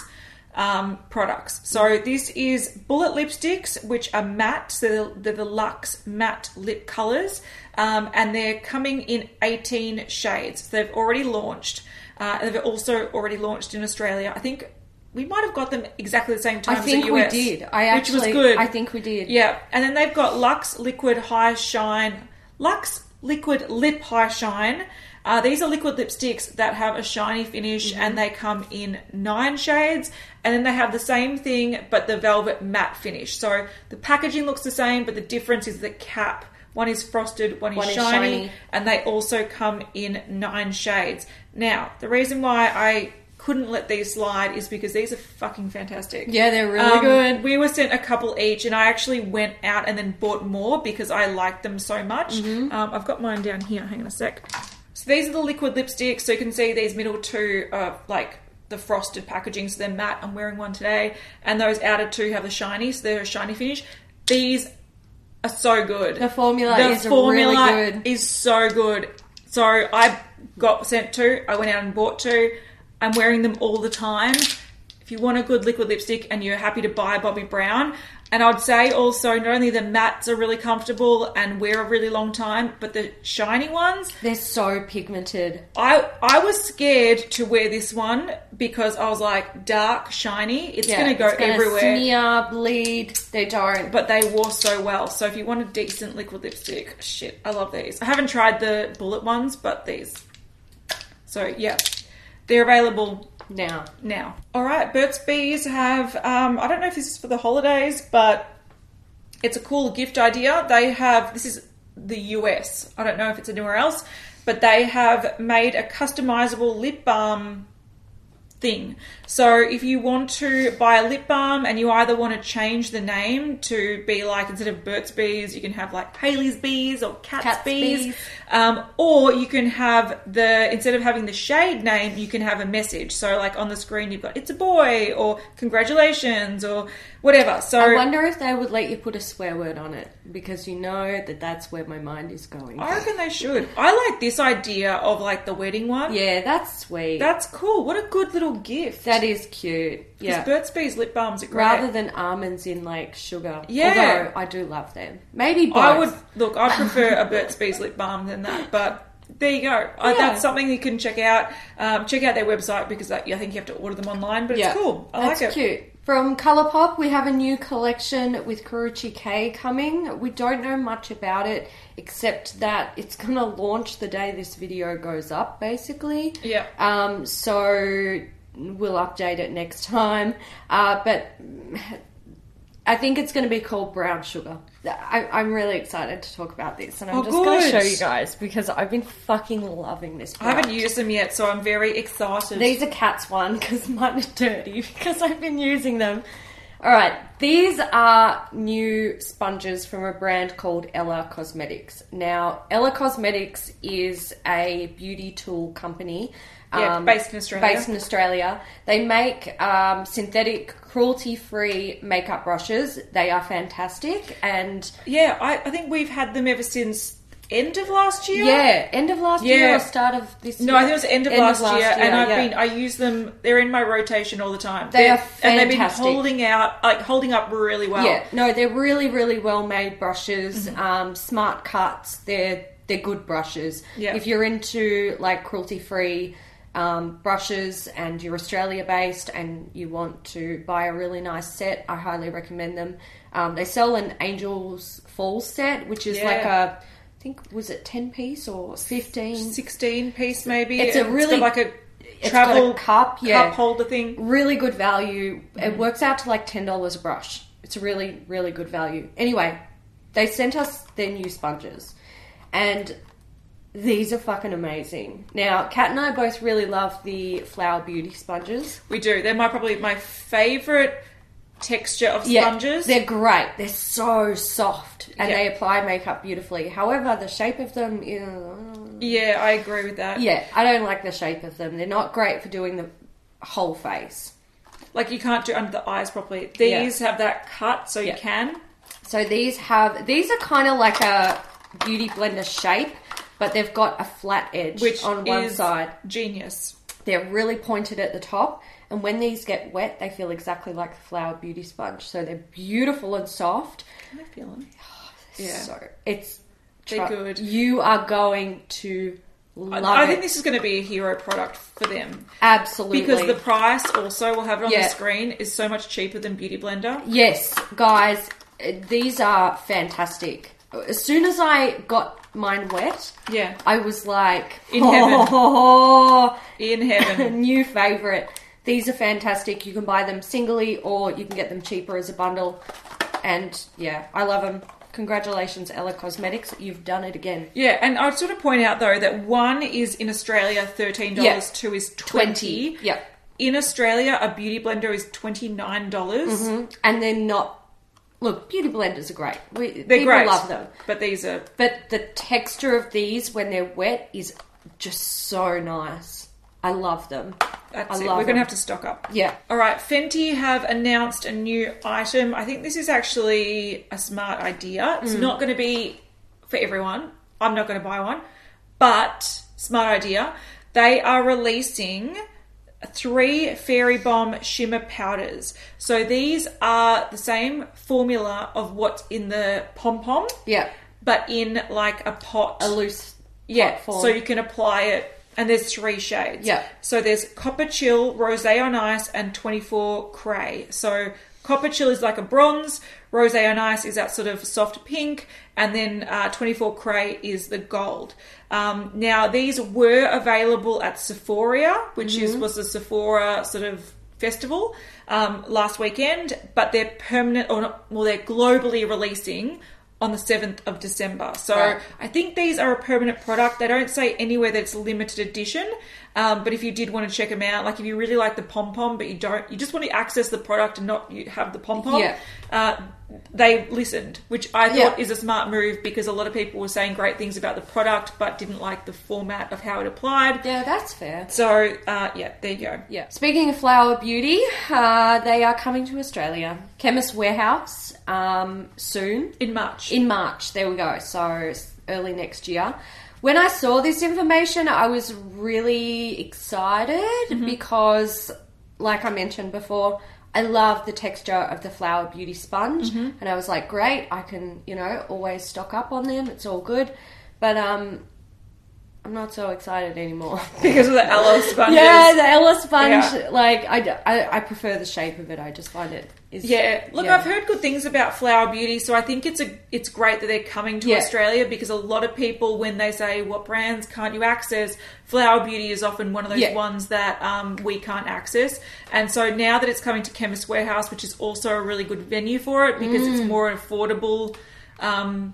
[SPEAKER 2] um, products. So this is bullet lipsticks, which are matte. So they're the Luxe matte lip colors, um, and they're coming in 18 shades. So they've already launched. Uh, they've also already launched in Australia. I think we might have got them exactly the same time.
[SPEAKER 1] I
[SPEAKER 2] as
[SPEAKER 1] think
[SPEAKER 2] the
[SPEAKER 1] we
[SPEAKER 2] US,
[SPEAKER 1] did. I
[SPEAKER 2] which
[SPEAKER 1] actually.
[SPEAKER 2] was good.
[SPEAKER 1] I think we did.
[SPEAKER 2] Yeah, and then they've got Lux Liquid High Shine, Lux Liquid Lip High Shine. Uh, these are liquid lipsticks that have a shiny finish
[SPEAKER 1] Mm-hmm.
[SPEAKER 2] and they come in nine shades. And then they have the same thing but the velvet matte finish. So the packaging looks the same, but the difference is the cap. One is frosted, one is,
[SPEAKER 1] One is
[SPEAKER 2] shiny,
[SPEAKER 1] shiny.
[SPEAKER 2] and they also come in nine shades. Now, the reason why I couldn't let these slide is because these are fucking fantastic.
[SPEAKER 1] Yeah, they're really good.
[SPEAKER 2] Um, We were sent a couple each, and I actually went out and then bought more because I liked them so much.
[SPEAKER 1] Mm-hmm.
[SPEAKER 2] Um, I've got mine down here. Hang on a sec. So these are the liquid lipsticks. So you can see these middle two are like the frosted packaging. So they're matte. I'm wearing one today, and those outer two have the shiny. So they're a shiny finish. These are so good.
[SPEAKER 1] The formula is really good.
[SPEAKER 2] is so good. So I got sent two. I went out and bought two. I'm wearing them all the time. If you want a good liquid lipstick and you're happy to buy Bobbi Brown, and I'd say also not only the mattes are really comfortable and wear a really long time, but the shiny ones.
[SPEAKER 1] They're so pigmented.
[SPEAKER 2] I I was scared to wear this one because I was like dark shiny. It's
[SPEAKER 1] Yeah,
[SPEAKER 2] gonna go
[SPEAKER 1] it's gonna
[SPEAKER 2] everywhere
[SPEAKER 1] Smear, bleed. They don't.
[SPEAKER 2] but they wore so well. So if you want a decent liquid lipstick, shit, I love these. I haven't tried the bullet ones, but these. So yeah, they're available
[SPEAKER 1] now.
[SPEAKER 2] now. All right, Burt's Bees have. Um, I don't know if this is for the holidays, but it's a cool gift idea. They have. This is the US. I don't know if it's anywhere else, but they have made a customizable lip balm thing. So if you want to buy a lip balm and you either want to change the name to be like instead of Burt's Bees, you can have like Haley's Bees or Cat's,
[SPEAKER 1] Cat's
[SPEAKER 2] Bees,
[SPEAKER 1] Bees.
[SPEAKER 2] Um, or you can have the instead of having the shade name, you can have a message. So like on the screen, you've got "It's a boy" or "Congratulations" or whatever. So
[SPEAKER 1] I wonder if they would let you put a swear word on it because you know that that's where my mind is going.
[SPEAKER 2] I reckon they should. I like this idea of like the wedding one.
[SPEAKER 1] Yeah, that's sweet.
[SPEAKER 2] That's cool. What a good little gift.
[SPEAKER 1] that is cute. Yeah.
[SPEAKER 2] Because Burt's Bees lip balms are great.
[SPEAKER 1] Rather than almonds in like sugar.
[SPEAKER 2] Yeah.
[SPEAKER 1] Although I do love them. Maybe both.
[SPEAKER 2] I would look. I prefer a Burt's Bees lip balm than that, but. There you go. Uh,
[SPEAKER 1] Yeah.
[SPEAKER 2] that's something you can check out. Um, check out their website because uh, I think you have to order them online, but it's cool. I
[SPEAKER 1] That's
[SPEAKER 2] like it.
[SPEAKER 1] cute. From Colourpop, we have a new collection with Kuruchi K coming. We don't know much about it except that it's going to launch the day this video goes up, basically.
[SPEAKER 2] Yeah.
[SPEAKER 1] Um, so we'll update it next time. Uh, but I think it's going to be called Brown Sugar. I, I'm really excited to talk about this, and I'm
[SPEAKER 2] Oh,
[SPEAKER 1] just going to
[SPEAKER 2] good.
[SPEAKER 1] show you guys because I've been fucking loving this.
[SPEAKER 2] I haven't
[SPEAKER 1] product.
[SPEAKER 2] used them yet, so I'm very excited.
[SPEAKER 1] These are cats one because mine are dirty because I've been using them. All right, these are new sponges from a brand called Ella Cosmetics. Now, Ella Cosmetics is a beauty tool company. um,
[SPEAKER 2] Yeah, based in Australia.
[SPEAKER 1] Based in Australia. They make um, synthetic, cruelty free makeup brushes. They are fantastic. And
[SPEAKER 2] yeah, I, I think we've had them ever since end of last year.
[SPEAKER 1] yeah, end of last year
[SPEAKER 2] Yeah.
[SPEAKER 1] or start of this year?
[SPEAKER 2] No, I think it was end of, last, year, and I've
[SPEAKER 1] yeah.
[SPEAKER 2] been I use them. They're in my rotation all the time.
[SPEAKER 1] They
[SPEAKER 2] They're-
[SPEAKER 1] are
[SPEAKER 2] and they've been
[SPEAKER 1] fantastic.
[SPEAKER 2] holding out, like holding up really well. Mm-hmm.
[SPEAKER 1] Yeah, no, they're really, really well made brushes. Um, smart cuts. They're they're good brushes.
[SPEAKER 2] Yeah.
[SPEAKER 1] If you're into like cruelty free um, brushes and you're Australia based and you want to buy a really nice set, I highly recommend them. Um, they sell an Angels Falls set, which is
[SPEAKER 2] Yeah.
[SPEAKER 1] like a I think was it ten piece or fifteen.
[SPEAKER 2] sixteen piece maybe.
[SPEAKER 1] It's a
[SPEAKER 2] and
[SPEAKER 1] really-
[SPEAKER 2] got like a
[SPEAKER 1] it's
[SPEAKER 2] travel
[SPEAKER 1] got a cup, yeah.
[SPEAKER 2] cup holder thing.
[SPEAKER 1] really good value. It works out to like ten dollars a brush. It's a really, really good value. Anyway, they sent us their new sponges, and these are fucking amazing. Now, Kat and I both really love the flower beauty sponges.
[SPEAKER 2] We do. They're my probably my favorite texture of sponges.
[SPEAKER 1] they're great. They're so soft, and
[SPEAKER 2] Yeah.
[SPEAKER 1] they apply makeup beautifully. However, the shape of them, is-
[SPEAKER 2] yeah, I agree with that.
[SPEAKER 1] yeah, I don't like the shape of them. They're not great for doing the whole face.
[SPEAKER 2] Like you can't do under the eyes properly. These have that cut, so
[SPEAKER 1] Yeah.
[SPEAKER 2] you can.
[SPEAKER 1] So these have these are kind of like a beauty blender shape, but they've got a flat edge
[SPEAKER 2] Which
[SPEAKER 1] on one
[SPEAKER 2] is
[SPEAKER 1] side.
[SPEAKER 2] genius.
[SPEAKER 1] They're really pointed at the top, and when these get wet, they feel exactly like the flower beauty sponge. So they're beautiful and soft.
[SPEAKER 2] How am I feeling? Yeah.
[SPEAKER 1] So it's
[SPEAKER 2] They're good.
[SPEAKER 1] You are going to love
[SPEAKER 2] I think
[SPEAKER 1] it.
[SPEAKER 2] this is going to be a hero product for them
[SPEAKER 1] Absolutely.
[SPEAKER 2] because the price also we'll have it on
[SPEAKER 1] Yeah.
[SPEAKER 2] the screen is so much cheaper than Beauty Blender.
[SPEAKER 1] Yes, guys, uh, these are fantastic. As soon as I got mine wet,
[SPEAKER 2] Yeah,
[SPEAKER 1] I was like,
[SPEAKER 2] In heaven.
[SPEAKER 1] "Oh,
[SPEAKER 2] in heaven.
[SPEAKER 1] new favorite. These are fantastic. You can buy them singly or you can get them cheaper as a bundle. And yeah, I love them. Congratulations, Ella Cosmetics. You've done it again.
[SPEAKER 2] yeah, and I'd sort of point out though that one is in Australia thirteen dollars,
[SPEAKER 1] Yeah.
[SPEAKER 2] two is twenty.
[SPEAKER 1] Yeah.
[SPEAKER 2] In Australia, a beauty blender is twenty nine dollars.
[SPEAKER 1] Mm-hmm. And they're not. Look, beauty blenders are great. We,
[SPEAKER 2] They're
[SPEAKER 1] people
[SPEAKER 2] great.
[SPEAKER 1] love them.
[SPEAKER 2] but these are
[SPEAKER 1] But the texture of these when they're wet is just so nice. I love them.
[SPEAKER 2] that's
[SPEAKER 1] I
[SPEAKER 2] it.
[SPEAKER 1] love
[SPEAKER 2] We're gonna
[SPEAKER 1] them.
[SPEAKER 2] have to stock up.
[SPEAKER 1] Yeah.
[SPEAKER 2] All right, Fenty have announced a new item. I think this is actually a smart idea. It's not going to be for everyone. I'm not going to buy one, but smart idea. They are releasing three Fairy Bomb shimmer powders. So these are the same formula of what's in the pom pom,
[SPEAKER 1] Yeah.
[SPEAKER 2] but in like a pot.
[SPEAKER 1] A loose.
[SPEAKER 2] Yeah,
[SPEAKER 1] platform.
[SPEAKER 2] so you can apply it, and there's three shades.
[SPEAKER 1] Yeah.
[SPEAKER 2] So there's Copper Chill, Rose on Ice, and 24 Cray. So Copper Chill is like a bronze, Rose on Ice is that sort of soft pink, and then uh, 24 Cray is the gold. Um, now, these were available at Sephora, which is
[SPEAKER 1] Mm-hmm.
[SPEAKER 2] was the Sephora sort of festival um, last weekend, but they're permanent, or not, well, they're globally releasing on the 7th of December. So
[SPEAKER 1] Right.
[SPEAKER 2] I think these are a permanent product. They don't say anywhere that it's limited edition, Um, but if you did want to check them out, like if you really like the pom pom, but you don't, you just want to access the product and not you have the pom pom.
[SPEAKER 1] Yeah.
[SPEAKER 2] Uh, they listened, which I thought
[SPEAKER 1] Yeah.
[SPEAKER 2] is a smart move because a lot of people were saying great things about the product, but didn't like the format of how it applied.
[SPEAKER 1] Yeah, that's fair.
[SPEAKER 2] So uh, yeah, there you go.
[SPEAKER 1] Yeah. Speaking of Flower Beauty, uh, they are coming to Australia. Chemist Warehouse um, soon.
[SPEAKER 2] In March.
[SPEAKER 1] In March, there we go. So it's early next year. When I saw this information, I was really excited because, like I mentioned before, I love the texture of the Flower Beauty sponge. And I was like, great, I can, you know, always stock up on them. It's all good. But um, I'm not so excited anymore.
[SPEAKER 2] because of the aloe sponges.
[SPEAKER 1] Yeah, the Ella sponge.
[SPEAKER 2] Yeah.
[SPEAKER 1] Like I, d- I- I prefer the shape of it. I just find it is.
[SPEAKER 2] Yeah, look,
[SPEAKER 1] yeah.
[SPEAKER 2] I've heard good things about Flower Beauty, so I think it's a it's great that they're coming to
[SPEAKER 1] Yeah.
[SPEAKER 2] Australia because a lot of people, when they say what brands can't you access, Flower Beauty is often one of those
[SPEAKER 1] Yeah.
[SPEAKER 2] ones that um, we can't access. And so now that it's coming to Chemist Warehouse, which is also a really good venue for it because
[SPEAKER 1] Mm.
[SPEAKER 2] it's more affordable. Um,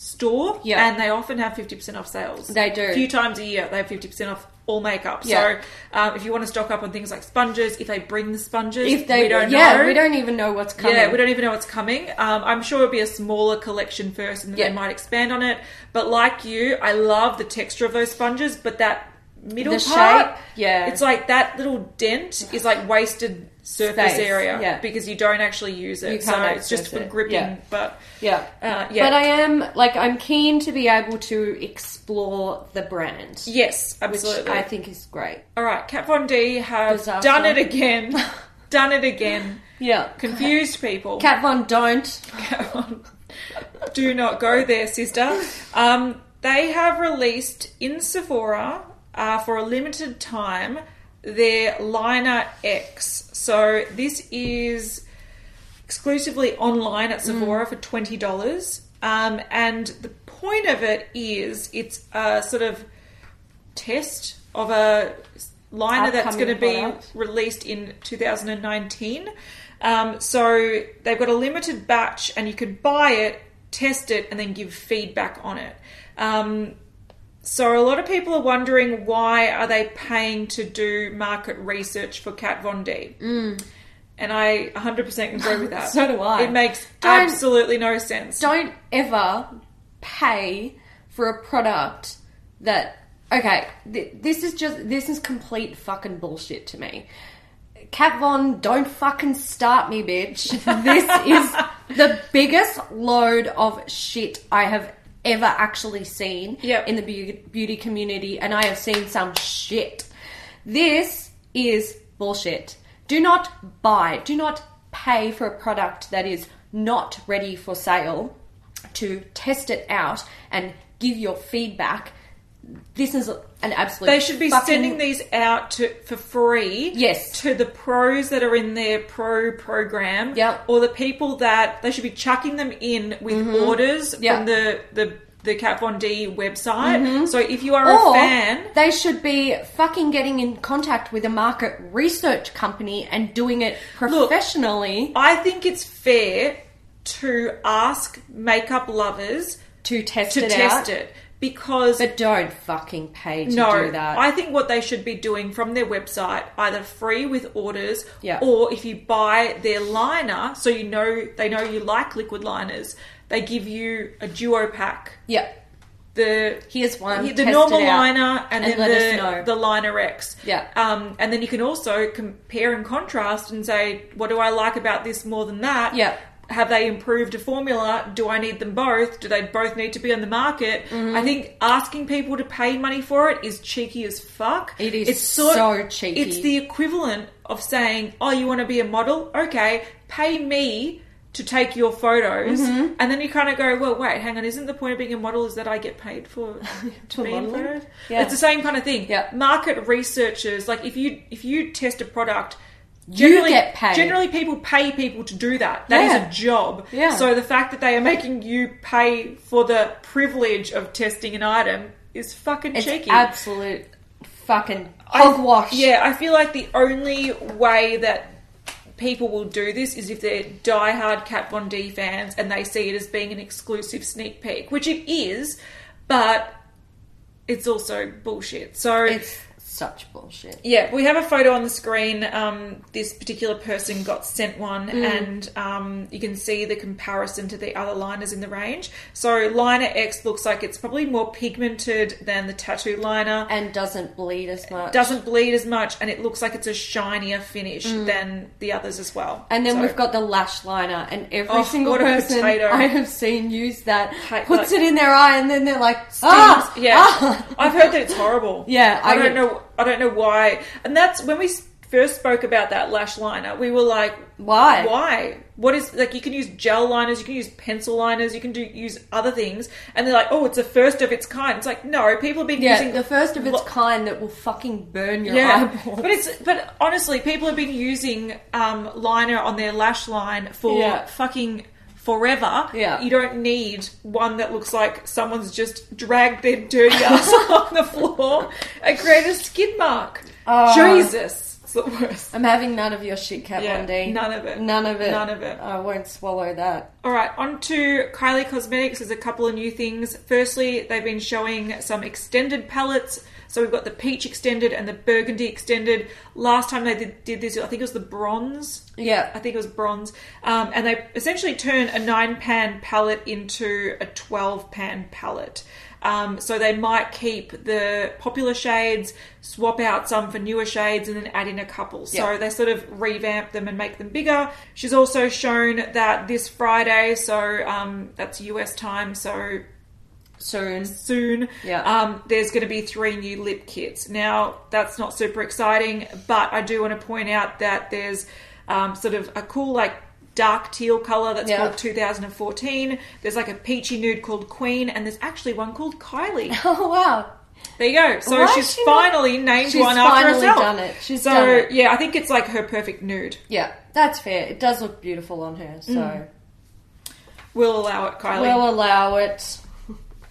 [SPEAKER 2] store
[SPEAKER 1] Yeah.
[SPEAKER 2] and they often have 50% off sales
[SPEAKER 1] They do.
[SPEAKER 2] a few times a year they have 50% off all makeup
[SPEAKER 1] Yeah.
[SPEAKER 2] so um, if you want to stock up on things like sponges if they bring the sponges
[SPEAKER 1] If they,
[SPEAKER 2] we don't
[SPEAKER 1] yeah,
[SPEAKER 2] know
[SPEAKER 1] we don't even know what's coming.
[SPEAKER 2] yeah, we don't even know what's coming. Um, I'm sure it'll be a smaller collection first, and then
[SPEAKER 1] Yeah.
[SPEAKER 2] they might expand on it. But like you, I love the texture of those sponges, but that middle
[SPEAKER 1] The
[SPEAKER 2] part,
[SPEAKER 1] shape, yeah.
[SPEAKER 2] it's like that little dent is like wasted surface
[SPEAKER 1] Space,
[SPEAKER 2] area
[SPEAKER 1] yeah.
[SPEAKER 2] because you don't actually use it.
[SPEAKER 1] You
[SPEAKER 2] so
[SPEAKER 1] can't
[SPEAKER 2] it's just
[SPEAKER 1] access
[SPEAKER 2] for
[SPEAKER 1] it,
[SPEAKER 2] gripping.
[SPEAKER 1] yeah.
[SPEAKER 2] But
[SPEAKER 1] Yeah.
[SPEAKER 2] Uh, yeah.
[SPEAKER 1] But I am like I'm keen to be able to explore the brand,
[SPEAKER 2] yes,
[SPEAKER 1] which
[SPEAKER 2] absolutely.
[SPEAKER 1] I think is great.
[SPEAKER 2] All right, Kat Von D has
[SPEAKER 1] Disaster.
[SPEAKER 2] done it again, done it again.
[SPEAKER 1] Yeah.
[SPEAKER 2] Confused people.
[SPEAKER 1] Kat Von don't.
[SPEAKER 2] Do not go there, sister. Um, they have released in Sephora uh, for a limited time their Liner X. So this is exclusively online at Sephora
[SPEAKER 1] Mm.
[SPEAKER 2] for twenty dollars. Um, and the point of it is, it's a sort of test of a liner that's going
[SPEAKER 1] Upcoming
[SPEAKER 2] to be
[SPEAKER 1] product.
[SPEAKER 2] released in 2019. Um, so they've got a limited batch, and you can buy it, test it, and then give feedback on it. Um, so a lot of people are wondering why are they paying to do market research for Kat Von D? And I 100% agree with that.
[SPEAKER 1] Mm. So do I.
[SPEAKER 2] It makes
[SPEAKER 1] Don't-
[SPEAKER 2] absolutely no sense.
[SPEAKER 1] don't ever pay for a product that okay th- this is just this is complete fucking bullshit to me Kat Von, don't fucking start me, bitch. This is the biggest load of shit I have ever actually seen
[SPEAKER 2] Yep.
[SPEAKER 1] in the beau- beauty community, and I have seen some shit. This is bullshit. Do not buy, do not pay for a product that is not ready for sale to test it out and give your feedback. This is an absolute.
[SPEAKER 2] They should be
[SPEAKER 1] fucking-
[SPEAKER 2] sending these out to for free.
[SPEAKER 1] Yes.
[SPEAKER 2] To the pros that are in their pro program.
[SPEAKER 1] Yep. Mm-hmm.
[SPEAKER 2] Or the people that they should be chucking them in with orders
[SPEAKER 1] Yeah.
[SPEAKER 2] from the the the Kat Von D website. So if you are
[SPEAKER 1] Mm-hmm. or
[SPEAKER 2] a fan,
[SPEAKER 1] they should be fucking getting in contact with a market research company and doing it professionally
[SPEAKER 2] I think it's fair to ask makeup lovers
[SPEAKER 1] to test
[SPEAKER 2] to
[SPEAKER 1] it out.
[SPEAKER 2] test it because
[SPEAKER 1] But don't fucking pay to
[SPEAKER 2] no,
[SPEAKER 1] do that.
[SPEAKER 2] I think what they should be doing from their website, either free with orders,
[SPEAKER 1] Yeah.
[SPEAKER 2] or if you buy their liner, so you know they know you like liquid liners, they give you a duo pack.
[SPEAKER 1] yeah.
[SPEAKER 2] The
[SPEAKER 1] Here's one.
[SPEAKER 2] the
[SPEAKER 1] test it
[SPEAKER 2] normal
[SPEAKER 1] out,
[SPEAKER 2] liner and,
[SPEAKER 1] let us
[SPEAKER 2] then
[SPEAKER 1] know.
[SPEAKER 2] the, the liner X.
[SPEAKER 1] Yeah.
[SPEAKER 2] Um, and then you can also compare and contrast and say, what do I like about this more than that?
[SPEAKER 1] Yeah.
[SPEAKER 2] Have they improved a formula? Do I need them both? Do they both need to be on the market?
[SPEAKER 1] Mm-hmm.
[SPEAKER 2] I think asking people to pay money for it is cheeky as fuck.
[SPEAKER 1] It is
[SPEAKER 2] sort-
[SPEAKER 1] so cheeky.
[SPEAKER 2] It's the equivalent of saying, "Oh, you want to be a model? Okay, pay me." To take your photos,
[SPEAKER 1] Mm-hmm.
[SPEAKER 2] and then you kind of go, well, wait, hang on. Isn't the point of being a model is that I get paid for to be
[SPEAKER 1] modeling?
[SPEAKER 2] photos?
[SPEAKER 1] Yeah.
[SPEAKER 2] It's the same kind of thing.
[SPEAKER 1] Yeah.
[SPEAKER 2] Market researchers, like if you if you test a product,
[SPEAKER 1] You get paid.
[SPEAKER 2] Generally, people pay people to do that. That is
[SPEAKER 1] Yeah.
[SPEAKER 2] a job.
[SPEAKER 1] Yeah.
[SPEAKER 2] So the fact that they are making you pay for the privilege of testing an item is fucking
[SPEAKER 1] it's
[SPEAKER 2] cheeky.
[SPEAKER 1] absolute fucking
[SPEAKER 2] I-
[SPEAKER 1] hogwash.
[SPEAKER 2] yeah, I feel like the only way that people will do this is if they're diehard Kat Von D fans and they see it as being an exclusive sneak peek, which it is, but it's also bullshit. So
[SPEAKER 1] It's such bullshit.
[SPEAKER 2] Yeah, we have a photo on the screen. Um, this particular person got sent one, and um, you can see the comparison to the other liners in the range. So, liner X looks like it's probably more pigmented than the tattoo liner,
[SPEAKER 1] And doesn't bleed as much.
[SPEAKER 2] doesn't bleed as much, and it looks like it's a shinier finish than the others as well.
[SPEAKER 1] Mm. And then
[SPEAKER 2] So-
[SPEAKER 1] we've got the lash liner, and every
[SPEAKER 2] Oh,
[SPEAKER 1] single
[SPEAKER 2] what a
[SPEAKER 1] person
[SPEAKER 2] potato.
[SPEAKER 1] I have seen use that
[SPEAKER 2] Like-
[SPEAKER 1] puts
[SPEAKER 2] like-
[SPEAKER 1] it in their eye, and then they're like, ah,
[SPEAKER 2] yeah,
[SPEAKER 1] ah."
[SPEAKER 2] I've heard that it's horrible.
[SPEAKER 1] Yeah,
[SPEAKER 2] I,
[SPEAKER 1] I-
[SPEAKER 2] don't know. I don't know why. And that's when we s- first spoke about that lash liner. We were like,
[SPEAKER 1] Why?
[SPEAKER 2] Why? What is like? You can use gel liners. You can use pencil liners. You can do use other things. And they're like, oh, it's the first of its kind. It's like, no, people have been
[SPEAKER 1] Yeah,
[SPEAKER 2] using
[SPEAKER 1] the first of its
[SPEAKER 2] lo-
[SPEAKER 1] kind that will fucking burn your
[SPEAKER 2] yeah,
[SPEAKER 1] eyeball.
[SPEAKER 2] but it's but honestly, people have been using um, liner on their lash line for
[SPEAKER 1] Yeah.
[SPEAKER 2] fucking forever.
[SPEAKER 1] Yeah.
[SPEAKER 2] you don't need one that looks like someone's just dragged their dirty ass on the floor and created a skid mark.
[SPEAKER 1] Oh.
[SPEAKER 2] Jesus, it's the worst.
[SPEAKER 1] I'm having none of your shit, Kat
[SPEAKER 2] Yeah,
[SPEAKER 1] Von D.
[SPEAKER 2] none of it.
[SPEAKER 1] None of it.
[SPEAKER 2] None of it.
[SPEAKER 1] I won't swallow that.
[SPEAKER 2] All right, on to Kylie Cosmetics. There's a couple of new things. Firstly, they've been showing some extended palettes. So we've got the peach extended and the burgundy extended. Last time they did, did this, I think it was the bronze. I
[SPEAKER 1] Yeah.
[SPEAKER 2] think it was bronze. Um, and they essentially turn a nine pan palette into a 12 pan palette. Um, so they might keep the popular shades, swap out some for newer shades, and then add in a couple.
[SPEAKER 1] Yeah.
[SPEAKER 2] So they sort of revamp them and make them bigger. She's also shown that this Friday, so um, that's US time, so
[SPEAKER 1] Soon.
[SPEAKER 2] soon.
[SPEAKER 1] Yeah.
[SPEAKER 2] Um, there's going to be three new lip kits. Now, that's not super exciting, but I do want to point out that there's um, sort of a cool, like, dark teal color that's
[SPEAKER 1] Yeah.
[SPEAKER 2] called 2014. There's like a peachy nude called Queen, and there's actually one called Kylie.
[SPEAKER 1] Oh, wow.
[SPEAKER 2] There you go. So
[SPEAKER 1] Why is
[SPEAKER 2] she's
[SPEAKER 1] she not-
[SPEAKER 2] finally named
[SPEAKER 1] She's
[SPEAKER 2] one after
[SPEAKER 1] finally
[SPEAKER 2] herself.
[SPEAKER 1] done it. She's
[SPEAKER 2] so
[SPEAKER 1] done it.
[SPEAKER 2] yeah, I think it's like her perfect nude.
[SPEAKER 1] Yeah, that's fair. It does look beautiful on her, so
[SPEAKER 2] Mm. We'll allow it, Kylie.
[SPEAKER 1] we'll allow it.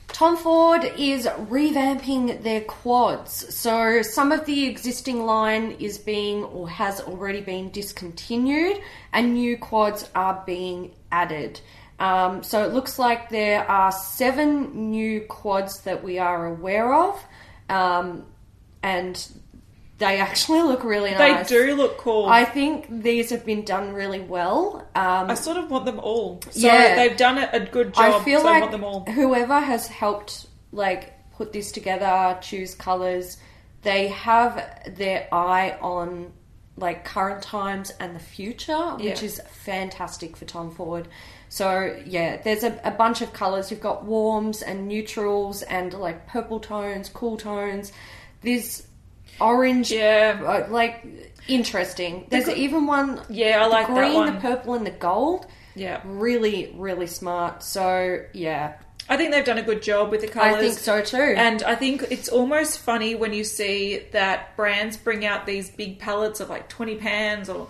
[SPEAKER 1] Tom Ford is revamping their quads. So some of the existing line is being or has already been discontinued, and new quads are being added. Um, so it looks like there are seven new quads that we are aware of, um, and they actually look really
[SPEAKER 2] they
[SPEAKER 1] nice.
[SPEAKER 2] do look cool.
[SPEAKER 1] I think these have been done really well. Um,
[SPEAKER 2] I sort of want them all. So
[SPEAKER 1] Yeah.
[SPEAKER 2] they've done a a good job.
[SPEAKER 1] I feel
[SPEAKER 2] so
[SPEAKER 1] like
[SPEAKER 2] I want them all.
[SPEAKER 1] whoever has helped like put this together, choose colors, they have their eye on like current times and the future, which
[SPEAKER 2] Yeah.
[SPEAKER 1] is fantastic for Tom Ford. So yeah, there's a, a bunch of colors. You've got warms and neutrals and like purple tones, cool tones. This orange,
[SPEAKER 2] Yeah.
[SPEAKER 1] uh, like interesting. There's even one.
[SPEAKER 2] Yeah, I
[SPEAKER 1] the
[SPEAKER 2] like that
[SPEAKER 1] green,
[SPEAKER 2] one.
[SPEAKER 1] the purple, and the gold
[SPEAKER 2] Yeah.
[SPEAKER 1] really, really smart. So yeah,
[SPEAKER 2] I think they've done a good job with the colors.
[SPEAKER 1] I think so too.
[SPEAKER 2] And I think it's almost funny when you see that brands bring out these big palettes of like 20 pans or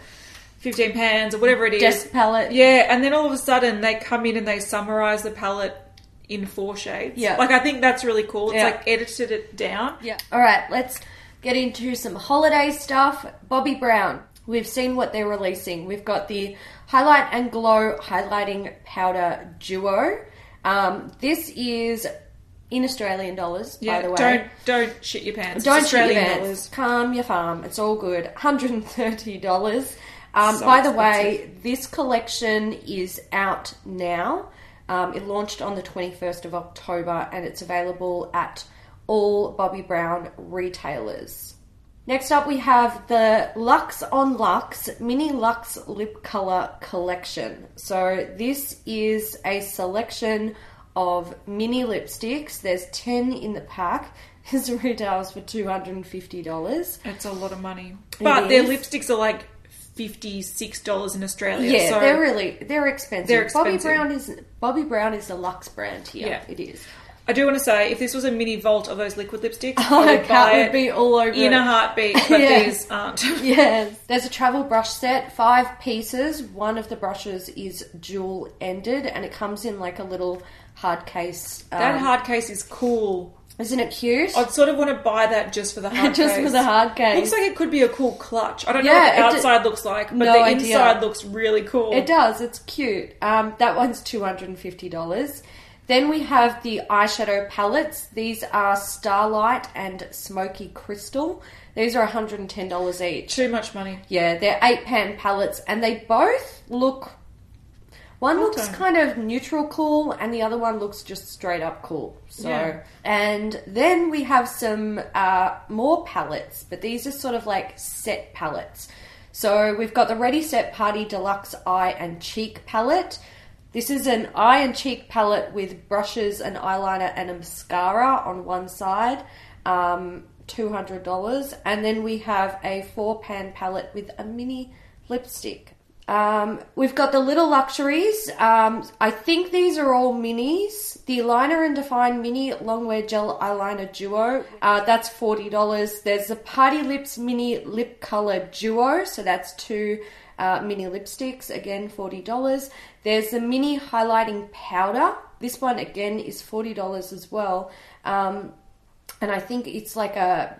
[SPEAKER 2] 15 pans or whatever it is.
[SPEAKER 1] Desk palette.
[SPEAKER 2] Yeah, and then all of a sudden they come in and they summarize the palette in four shades.
[SPEAKER 1] Yeah.
[SPEAKER 2] Like I think that's really cool. It's
[SPEAKER 1] Yeah.
[SPEAKER 2] like edited it down.
[SPEAKER 1] yeah. All right, let's get into some holiday stuff. Bobby Brown. We've seen what they're releasing. We've got the highlight and glow highlighting powder duo. Um, this is in Australian dollars, by
[SPEAKER 2] Yeah,
[SPEAKER 1] the way.
[SPEAKER 2] don't don't shit your pants. It's
[SPEAKER 1] Don't
[SPEAKER 2] Australian
[SPEAKER 1] shoot your pants.
[SPEAKER 2] dollars.
[SPEAKER 1] Calm your farm. It's all good. $130. Um,
[SPEAKER 2] So
[SPEAKER 1] by the way, this collection is out now. Um, it launched on the 21st of October and it's available at all Bobby Brown retailers. Next up, we have the Lux on Lux Mini Lux Lip Color Collection. So, this is a selection of mini lipsticks. There's 10 in the pack. This retails for $250.
[SPEAKER 2] It's a lot of money. But
[SPEAKER 1] It
[SPEAKER 2] their
[SPEAKER 1] is.
[SPEAKER 2] lipsticks are like $56 in Australia.
[SPEAKER 1] Yeah,
[SPEAKER 2] so
[SPEAKER 1] they're really they're expensive.
[SPEAKER 2] They're
[SPEAKER 1] Bobby
[SPEAKER 2] expensive.
[SPEAKER 1] Brown is Bobby Brown is the Lux brand here.
[SPEAKER 2] Yeah.
[SPEAKER 1] It is.
[SPEAKER 2] I do want to say, if this was a mini vault of those liquid lipsticks, I
[SPEAKER 1] My
[SPEAKER 2] would buy
[SPEAKER 1] cat
[SPEAKER 2] it
[SPEAKER 1] Oh, would be all over
[SPEAKER 2] in
[SPEAKER 1] it.
[SPEAKER 2] a heartbeat, but
[SPEAKER 1] Yeah.
[SPEAKER 2] these aren't.
[SPEAKER 1] Yes. There's a travel brush set, five pieces. One of the brushes is jewel ended, and it comes in like a little hard case. Um,
[SPEAKER 2] That hard case is cool.
[SPEAKER 1] isn't it cute?
[SPEAKER 2] I'd sort of want to buy that just for the hard
[SPEAKER 1] Just
[SPEAKER 2] case.
[SPEAKER 1] for the hard case.
[SPEAKER 2] Looks like it could be a cool clutch. I don't
[SPEAKER 1] Yeah,
[SPEAKER 2] know
[SPEAKER 1] it
[SPEAKER 2] what
[SPEAKER 1] d-
[SPEAKER 2] the outside looks like, but
[SPEAKER 1] No
[SPEAKER 2] the
[SPEAKER 1] idea.
[SPEAKER 2] inside looks really cool.
[SPEAKER 1] It does. It's cute. Um, that one's two hundred and fifty dollars. Then we have the eyeshadow palettes. These are Starlight and Smoky Crystal. These are $110 each.
[SPEAKER 2] Too much money.
[SPEAKER 1] Yeah, they're eight pan palettes, and they both look. One looks
[SPEAKER 2] on.
[SPEAKER 1] kind of neutral cool, and the other one looks just straight up cool. So,
[SPEAKER 2] Yeah.
[SPEAKER 1] and then we have some uh, more palettes, but these are sort of like set palettes. So we've got the Ready Set Party Deluxe Eye and Cheek palette. This is an eye and cheek palette with brushes, an eyeliner, and a mascara on one side um, $200. And then we have a four pan palette with a mini lipstick. Um, we've got the little luxuries. Um, I think these are all minis. The Liner and Define Mini Longwear Gel Eyeliner Duo. Uh, that's forty dollars. There's the Party Lips Mini Lip Color Duo. So that's two uh, mini lipsticks. Again, forty dollars. There's the Mini Highlighting Powder. This one again is forty dollars as well. Um, and I think it's like a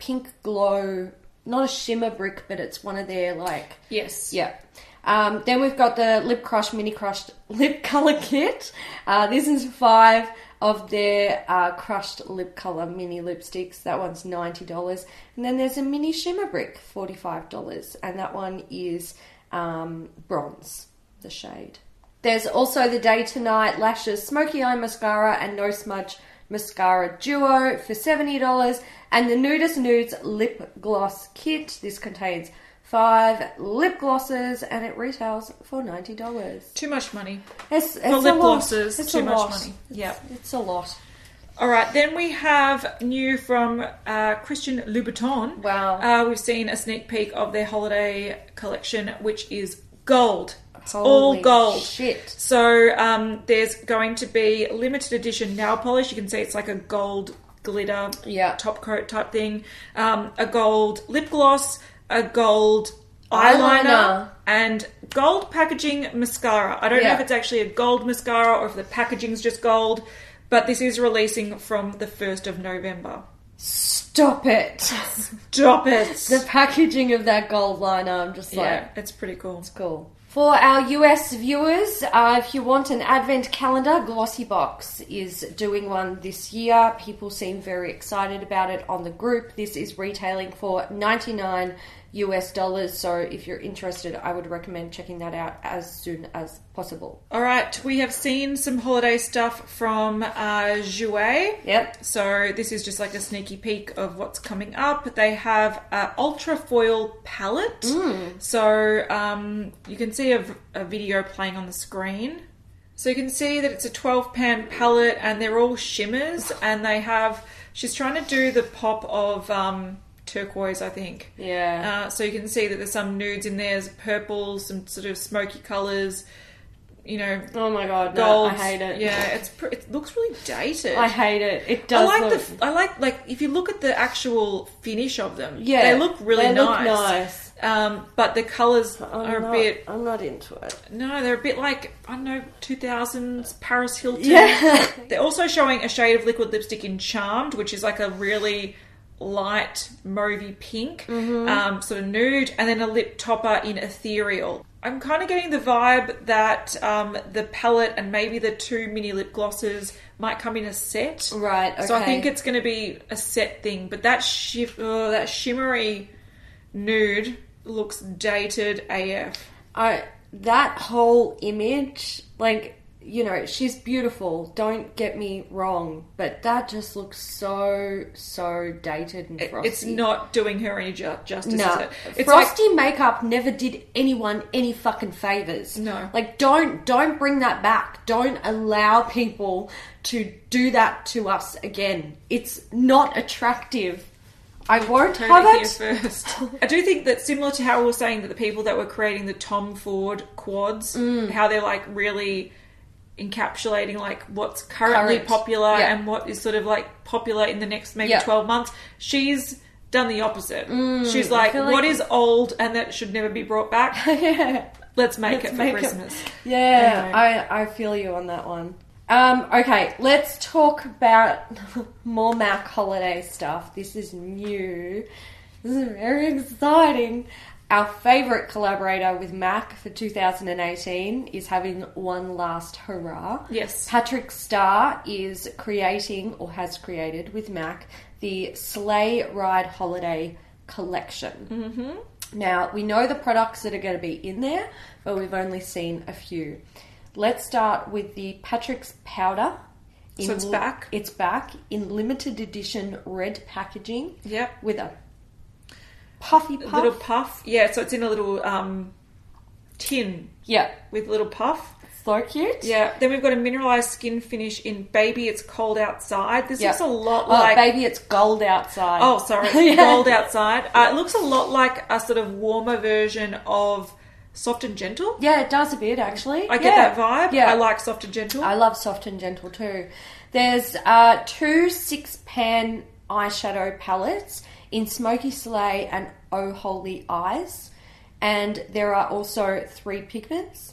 [SPEAKER 1] pink glow, not a shimmer brick, but it's one of their like
[SPEAKER 2] Yes.
[SPEAKER 1] yeah. Um, then we've got the Lip Crush Mini Crushed Lip Color Kit. Uh, this is five of their uh, crushed lip color mini lipsticks. That one's ninety dollars, and then there's a mini shimmer brick, forty-five dollars, and that one is um, bronze, the shade. There's also the Day to Night Lashes Smoky Eye Mascara and No Smudge Mascara Duo for $70 and the Nudist Nudes Lip Gloss Kit. This contains five lip glosses and it retails for $90.
[SPEAKER 2] Too much money.
[SPEAKER 1] It's, it's
[SPEAKER 2] For
[SPEAKER 1] a
[SPEAKER 2] lip
[SPEAKER 1] lot.
[SPEAKER 2] glosses,
[SPEAKER 1] It's
[SPEAKER 2] too
[SPEAKER 1] a
[SPEAKER 2] much
[SPEAKER 1] lot.
[SPEAKER 2] money. Yep.
[SPEAKER 1] It's, it's a lot.
[SPEAKER 2] All right, then we have new from uh, Christian Louboutin.
[SPEAKER 1] Wow.
[SPEAKER 2] Uh, we've seen a sneak peek of their holiday collection, which is gold. It's
[SPEAKER 1] Holy
[SPEAKER 2] all gold.
[SPEAKER 1] shit.
[SPEAKER 2] So um, there's going to be limited edition nail polish. You can see it's like a gold glitter
[SPEAKER 1] Yeah.
[SPEAKER 2] top coat type thing, um, a gold lip gloss, a gold eyeliner,
[SPEAKER 1] Eyeliner.
[SPEAKER 2] and gold packaging mascara. I don't know
[SPEAKER 1] Yeah.
[SPEAKER 2] if it's actually a gold mascara or if the packaging's just gold, but this is releasing from the 1st of November.
[SPEAKER 1] Stop it.
[SPEAKER 2] Drop it!
[SPEAKER 1] the packaging of that gold liner, I'm just like.
[SPEAKER 2] yeah, it's pretty cool.
[SPEAKER 1] Cool. For our US viewers, uh, if you want an advent calendar, Glossy Box is doing one this year. People seem very excited about it on the group. This is retailing for 99 US dollars, so if you're interested, I would recommend checking that out as soon as possible.
[SPEAKER 2] All right, we have seen some holiday stuff from uh, Jouer.
[SPEAKER 1] Yep.
[SPEAKER 2] So this is just like a sneaky peek of what's coming up. They have an ultra foil palette.
[SPEAKER 1] Mm.
[SPEAKER 2] So um, you can see a, v- a video playing on the screen. So you can see that it's a 12 pan palette and they're all shimmers and they have she's trying to do the pop of um, turquoise, I think.
[SPEAKER 1] Yeah.
[SPEAKER 2] Uh, so you can see that there's some nudes in there, there's purples, some sort of smoky colors, you know,
[SPEAKER 1] oh my god, no,
[SPEAKER 2] gold.
[SPEAKER 1] I hate it.
[SPEAKER 2] Yeah, it's pr- it looks really dated.
[SPEAKER 1] I hate it. It
[SPEAKER 2] I
[SPEAKER 1] does
[SPEAKER 2] like
[SPEAKER 1] look...
[SPEAKER 2] the f- I like like if you look at the actual finish of them,
[SPEAKER 1] Yeah,
[SPEAKER 2] they look really
[SPEAKER 1] they look
[SPEAKER 2] nice.
[SPEAKER 1] nice.
[SPEAKER 2] Um, but the colors
[SPEAKER 1] I'm
[SPEAKER 2] are
[SPEAKER 1] not-
[SPEAKER 2] a bit
[SPEAKER 1] I'm not into it.
[SPEAKER 2] no, they're a bit like I don't know two thousands Paris Hilton.
[SPEAKER 1] Yeah.
[SPEAKER 2] they're also showing a shade of liquid lipstick in Charmed, which is like a really light mauvey pink,
[SPEAKER 1] Mm-hmm.
[SPEAKER 2] um, sort of nude, and then a lip topper in ethereal. I'm kind of getting the vibe that um, the palette and maybe the two mini lip glosses might come in a set.
[SPEAKER 1] Right,
[SPEAKER 2] So I
[SPEAKER 1] okay.
[SPEAKER 2] think it's going to be a set thing, but that shift, oh, that shimmery nude looks dated AF.
[SPEAKER 1] I that whole image, like you know, she's beautiful. Don't get me wrong, but that just looks so so dated and frosty.
[SPEAKER 2] It's not doing her any ju- justice. Is
[SPEAKER 1] no
[SPEAKER 2] it? It's like,
[SPEAKER 1] frosty makeup never did anyone any fucking favors.
[SPEAKER 2] No.
[SPEAKER 1] like don't don't bring that back. Don't allow people to do that to us again. It's not attractive. I won't have
[SPEAKER 2] Tony
[SPEAKER 1] it.
[SPEAKER 2] here first. I do think that similar to how we were saying that the people that were creating the Tom Ford quads,
[SPEAKER 1] Mm.
[SPEAKER 2] how they're like really encapsulating like what's currently
[SPEAKER 1] Current.
[SPEAKER 2] popular
[SPEAKER 1] Yeah.
[SPEAKER 2] and what is sort of like popular in the next maybe
[SPEAKER 1] Yeah. Mm,
[SPEAKER 2] 12 months. She's done the opposite. She's like,
[SPEAKER 1] feel like-
[SPEAKER 2] what is old and that should never be brought back? Let's make it for
[SPEAKER 1] make it-
[SPEAKER 2] Christmas.
[SPEAKER 1] Yeah,
[SPEAKER 2] Anyway.
[SPEAKER 1] I, I feel you on that one. Um, okay, let's talk about more Mac holiday stuff. This is new. This is very exciting. Our favourite collaborator with Mac for 2018 is having one last hurrah.
[SPEAKER 2] Yes.
[SPEAKER 1] Patrick Starr is creating or has created with Mac the Sleigh Ride Holiday Collection. Mm-hmm. Now, we know the products that are going to be in there, but we've only seen a few. Let's start with the Patrick's Powder.
[SPEAKER 2] So it's back?
[SPEAKER 1] It's back in limited edition red packaging.
[SPEAKER 2] Yep.
[SPEAKER 1] With a puffy puff.
[SPEAKER 2] Little puff. Yeah, so it's in a little um, tin
[SPEAKER 1] yeah.
[SPEAKER 2] with little puff.
[SPEAKER 1] So cute.
[SPEAKER 2] Yeah. Then we've got a mineralized skin finish in Baby It's Cold Outside. This
[SPEAKER 1] Yeah.
[SPEAKER 2] looks a lot
[SPEAKER 1] Oh,
[SPEAKER 2] like.
[SPEAKER 1] baby, it's gold outside.
[SPEAKER 2] Oh, sorry. It's Cold Outside. Uh, it looks a lot like a sort of warmer version of Soft and Gentle.
[SPEAKER 1] Yeah, it does a bit actually.
[SPEAKER 2] I get
[SPEAKER 1] Yeah.
[SPEAKER 2] that vibe.
[SPEAKER 1] Yeah, Uh,
[SPEAKER 2] I like Soft and Gentle.
[SPEAKER 1] I love soft and gentle too. There's uh, two six pan eyeshadow palettes in Smoky Slay and Oh Holy Eyes, and there are also three pigments.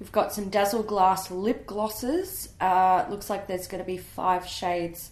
[SPEAKER 1] We've got some Dazzle Glass lip glosses. Uh, looks like there's going to be five shades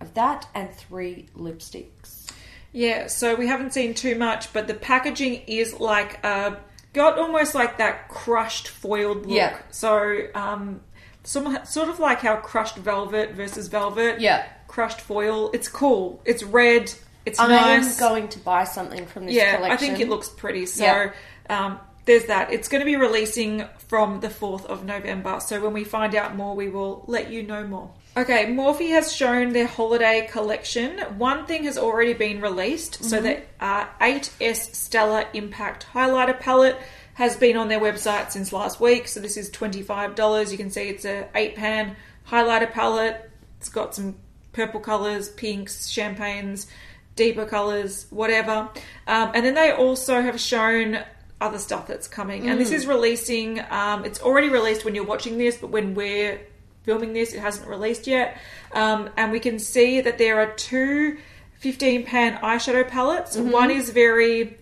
[SPEAKER 1] of that and three lipsticks.
[SPEAKER 2] Yeah, so we haven't seen too much, but the packaging is like uh, got almost like that crushed foiled look.
[SPEAKER 1] Yeah.
[SPEAKER 2] So um, some, sort of like how crushed velvet versus velvet.
[SPEAKER 1] Yeah.
[SPEAKER 2] Crushed foil. It's cool. It's red. It's
[SPEAKER 1] I'm
[SPEAKER 2] nice.
[SPEAKER 1] going to buy something from this
[SPEAKER 2] yeah,
[SPEAKER 1] collection.
[SPEAKER 2] I think it looks pretty. So
[SPEAKER 1] Yeah.
[SPEAKER 2] um, there's that. It's going to be releasing from the 4th of November. So when we find out more, we will let you know more. Okay, Morphe has shown their holiday collection. One thing has already been released. So the
[SPEAKER 1] Mm-hmm.
[SPEAKER 2] uh, 8S Stellar Impact Highlighter Palette has been on their website since last week. So this is $25. You can see it's a 8 pan highlighter palette. It's got some purple colors, pinks, champagnes, deeper colors, whatever. Um, and then they also have shown other stuff that's coming. And this is releasing, um, it's already released when you're watching this, but when we're filming this, it hasn't released yet. Um, and we can see that there are two 15 pan eyeshadow palettes. One is very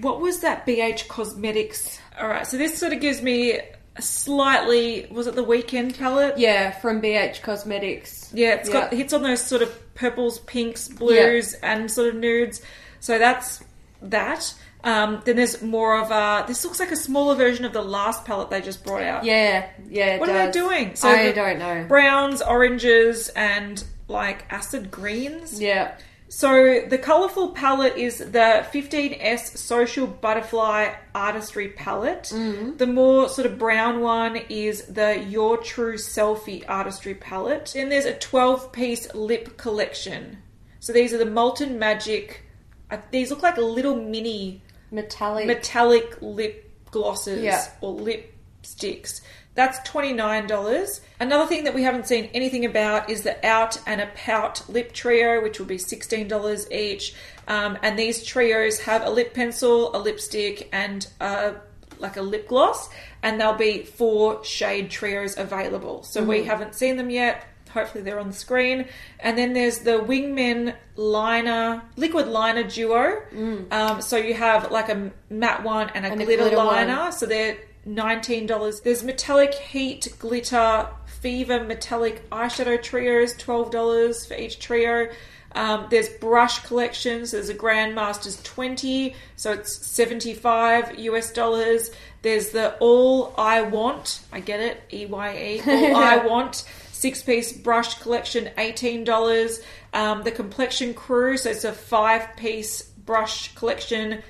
[SPEAKER 2] what was that BH Cosmetics? All right, so this sort of gives me a slightly was it the weekend palette?
[SPEAKER 1] yeah, from BH Cosmetics.
[SPEAKER 2] yeah, it's got
[SPEAKER 1] Yeah.
[SPEAKER 2] hits on those sort of purples, pinks, blues, and sort of nudes. So that's that. Um, then there's more of a. This looks like a smaller version of the last palette they just brought out.
[SPEAKER 1] Yeah, yeah. it
[SPEAKER 2] What are they
[SPEAKER 1] does.
[SPEAKER 2] doing?
[SPEAKER 1] I
[SPEAKER 2] the
[SPEAKER 1] don't know.
[SPEAKER 2] Browns, oranges, and like acid greens.
[SPEAKER 1] Yeah.
[SPEAKER 2] So the colourful palette is the 15S Social Butterfly Artistry palette. The more sort of brown one is the Your True Selfie Artistry palette. Then there's a 12 piece lip collection. So these are the Molten Magic. uh, These look like little mini
[SPEAKER 1] Metallic.
[SPEAKER 2] metallic lip glosses
[SPEAKER 1] Yeah.
[SPEAKER 2] or lipsticks. That's $29. Another thing that we haven't seen anything about is the Out and a Pout lip trio, which will be $16 each. Um, and these trios have a lip pencil, a lipstick, and a, like a lip gloss. And there'll be four shade trios available. So we haven't seen them yet. Hopefully they're on the screen. And then there's the Wingmen liner, liquid liner duo. Um, so you have like a matte one and a
[SPEAKER 1] And a
[SPEAKER 2] glitter,
[SPEAKER 1] glitter one.
[SPEAKER 2] liner. So they're nineteen dollars. There's metallic heat, glitter, fever, metallic eyeshadow trios, twelve dollars for each trio. Um, there's brush collections. There's a Grandmaster's twenty, so it's seventy five US dollars. There's the All I Want. I get it. E Y E. All I Want. Six piece brush collection, $18. Um, the Complexion Crew, so it's a five piece brush collection,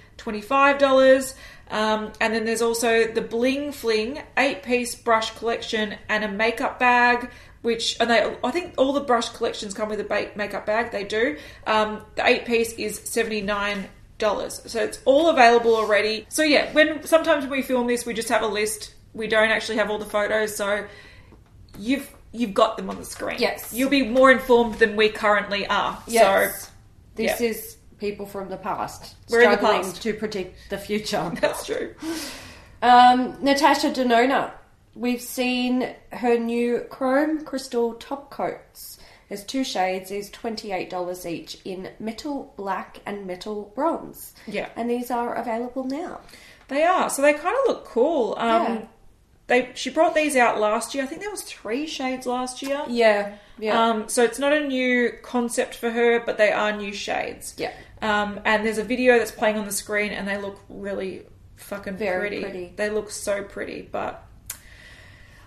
[SPEAKER 2] $25. Um, and then there's also the Bling Fling, eight piece brush collection, and a makeup bag. Which and they, I think all the brush collections come with a ba- makeup bag. They do. Um, the eight piece is seventy nine dollars. So it's all available already. So yeah, when sometimes when we film this, we just have a list. We don't actually have all the photos, so you've you've got them on the screen.
[SPEAKER 1] Yes.
[SPEAKER 2] you'll be more informed than we currently are.
[SPEAKER 1] Yes.
[SPEAKER 2] So
[SPEAKER 1] this
[SPEAKER 2] yeah.
[SPEAKER 1] is people from the past
[SPEAKER 2] We're in the
[SPEAKER 1] struggling
[SPEAKER 2] past.
[SPEAKER 1] to predict the future.
[SPEAKER 2] that's true.
[SPEAKER 1] um, Natasha Denona. We've seen her new chrome crystal top coats. There's two shades, these $28 each in metal black and metal bronze.
[SPEAKER 2] Yeah.
[SPEAKER 1] And these are available now.
[SPEAKER 2] They are. So they kind of look cool. Um,
[SPEAKER 1] Yeah.
[SPEAKER 2] They she brought these out last year. I think there was three shades last year.
[SPEAKER 1] Yeah. Yeah.
[SPEAKER 2] Um, so it's not a new concept for her, but they are new shades.
[SPEAKER 1] Yeah.
[SPEAKER 2] Um, and there's a video that's playing on the screen, and they look really fucking
[SPEAKER 1] Very
[SPEAKER 2] pretty.
[SPEAKER 1] pretty.
[SPEAKER 2] They look so pretty, but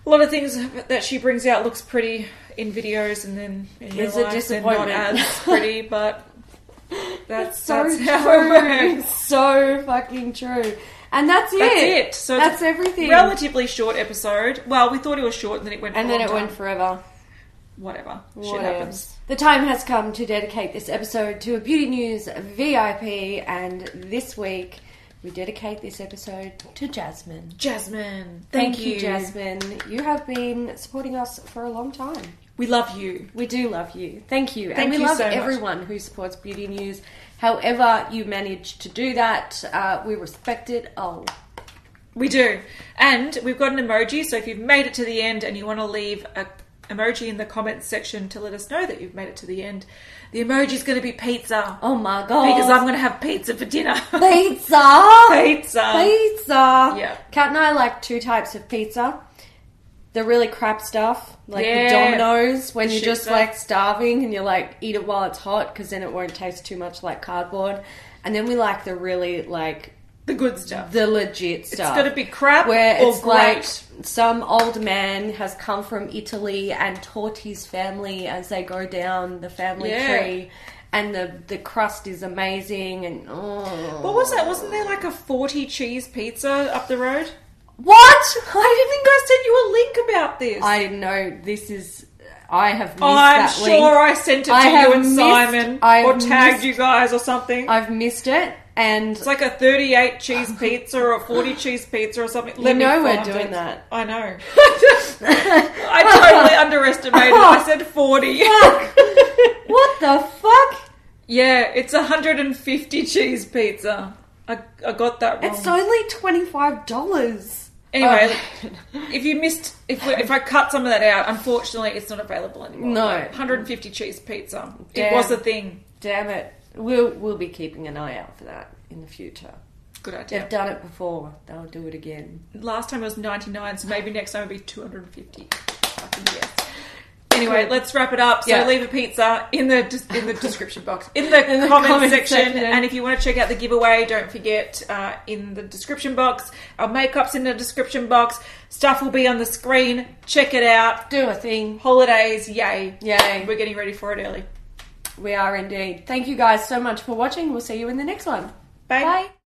[SPEAKER 2] a lot of things that she brings out looks pretty in videos, and then in real
[SPEAKER 1] It's a
[SPEAKER 2] life, they're not
[SPEAKER 1] disappointment.
[SPEAKER 2] as pretty. But that's,
[SPEAKER 1] That's so
[SPEAKER 2] that's how it
[SPEAKER 1] true.
[SPEAKER 2] works.
[SPEAKER 1] so fucking true. And that's it.
[SPEAKER 2] That's it. So it's
[SPEAKER 1] that's everything.
[SPEAKER 2] relatively short episode. Well, we thought it was short, and then it went. For
[SPEAKER 1] and
[SPEAKER 2] a
[SPEAKER 1] then it
[SPEAKER 2] long
[SPEAKER 1] went
[SPEAKER 2] time.
[SPEAKER 1] forever.
[SPEAKER 2] whatever. Shit
[SPEAKER 1] What
[SPEAKER 2] happens.
[SPEAKER 1] else? The time has come to dedicate this episode to a beauty news VIP, and this week we dedicate this episode to Jasmine.
[SPEAKER 2] Jasmine,
[SPEAKER 1] Thank, you, Jasmine. You have been supporting us for a long time.
[SPEAKER 2] We love you.
[SPEAKER 1] We do love you. Thank you.
[SPEAKER 2] Thank
[SPEAKER 1] and we
[SPEAKER 2] you
[SPEAKER 1] love
[SPEAKER 2] so much.
[SPEAKER 1] everyone who supports Beauty News. However, you manage to do that, uh, we respect it Oh, all.
[SPEAKER 2] We do. And we've got an emoji, so if you've made it to the end and you want to leave a emoji in the comments section to let us know that you've made it to the end, the emoji's going to be pizza
[SPEAKER 1] Oh my god.
[SPEAKER 2] because I'm going to have pizza for dinner.
[SPEAKER 1] pizza!
[SPEAKER 2] pizza.
[SPEAKER 1] Pizza!
[SPEAKER 2] Yeah.
[SPEAKER 1] Kat and I like two types of pizza. The really crap stuff, like
[SPEAKER 2] Yeah.
[SPEAKER 1] the Domino's, when
[SPEAKER 2] The
[SPEAKER 1] you're
[SPEAKER 2] shit
[SPEAKER 1] just
[SPEAKER 2] stuff.
[SPEAKER 1] like starving and you like eat it while it's hot because then it won't taste too much like cardboard. And then we like the really like
[SPEAKER 2] The good stuff.
[SPEAKER 1] the legit
[SPEAKER 2] It's
[SPEAKER 1] stuff.
[SPEAKER 2] going to be crap
[SPEAKER 1] where
[SPEAKER 2] or
[SPEAKER 1] it's
[SPEAKER 2] great.
[SPEAKER 1] like some old man has come from Italy and taught his family as they go down the family
[SPEAKER 2] Yeah.
[SPEAKER 1] tree, and the the crust is amazing. And oh,
[SPEAKER 2] what was that? Wasn't there like a 40 cheese pizza up the road?
[SPEAKER 1] What?
[SPEAKER 2] I didn't think I sent you a link about this.
[SPEAKER 1] I know this is. I have missed
[SPEAKER 2] Oh, I'm
[SPEAKER 1] that link.
[SPEAKER 2] sure I sent it to
[SPEAKER 1] I
[SPEAKER 2] you
[SPEAKER 1] have
[SPEAKER 2] and
[SPEAKER 1] missed-
[SPEAKER 2] Simon,
[SPEAKER 1] I have
[SPEAKER 2] or tagged
[SPEAKER 1] missed-
[SPEAKER 2] you guys, or something.
[SPEAKER 1] I've missed it, and
[SPEAKER 2] it's like a 38 cheese pizza or a 40 cheese pizza or something. Let me
[SPEAKER 1] know we're
[SPEAKER 2] find
[SPEAKER 1] doing
[SPEAKER 2] it.
[SPEAKER 1] that.
[SPEAKER 2] I know. I totally underestimated. it. I said 40.
[SPEAKER 1] what the fuck?
[SPEAKER 2] yeah, it's 150 cheese pizza. I, I got that wrong.
[SPEAKER 1] It's only twenty five dollars.
[SPEAKER 2] Oh.
[SPEAKER 1] Oh.
[SPEAKER 2] anyway, if you missed, if we, if I cut some of that out, unfortunately, it's not available anymore.
[SPEAKER 1] No.
[SPEAKER 2] 150 cheese pizza. It
[SPEAKER 1] Damn.
[SPEAKER 2] was a thing.
[SPEAKER 1] damn it, we'll we'll be keeping an eye out for that in the future.
[SPEAKER 2] Good idea.
[SPEAKER 1] They've done it before; they'll do it again.
[SPEAKER 2] Last time it was 99, so maybe next time it'll be 250. Fucking yes. Anyway, let's wrap it up. So
[SPEAKER 1] Yeah.
[SPEAKER 2] leave a pizza in the des- in the description box, in the,
[SPEAKER 1] In the
[SPEAKER 2] comment,
[SPEAKER 1] comment
[SPEAKER 2] section.
[SPEAKER 1] section.
[SPEAKER 2] And if you want to check out the giveaway, don't forget uh, in the description box. Our makeup's in the description box. Stuff will be on the screen. Check it out.
[SPEAKER 1] Do a thing.
[SPEAKER 2] Holidays, yay!
[SPEAKER 1] Yay.
[SPEAKER 2] We're getting ready for it early.
[SPEAKER 1] We are indeed. Thank you guys so much for watching. We'll see you in the next one. Bye.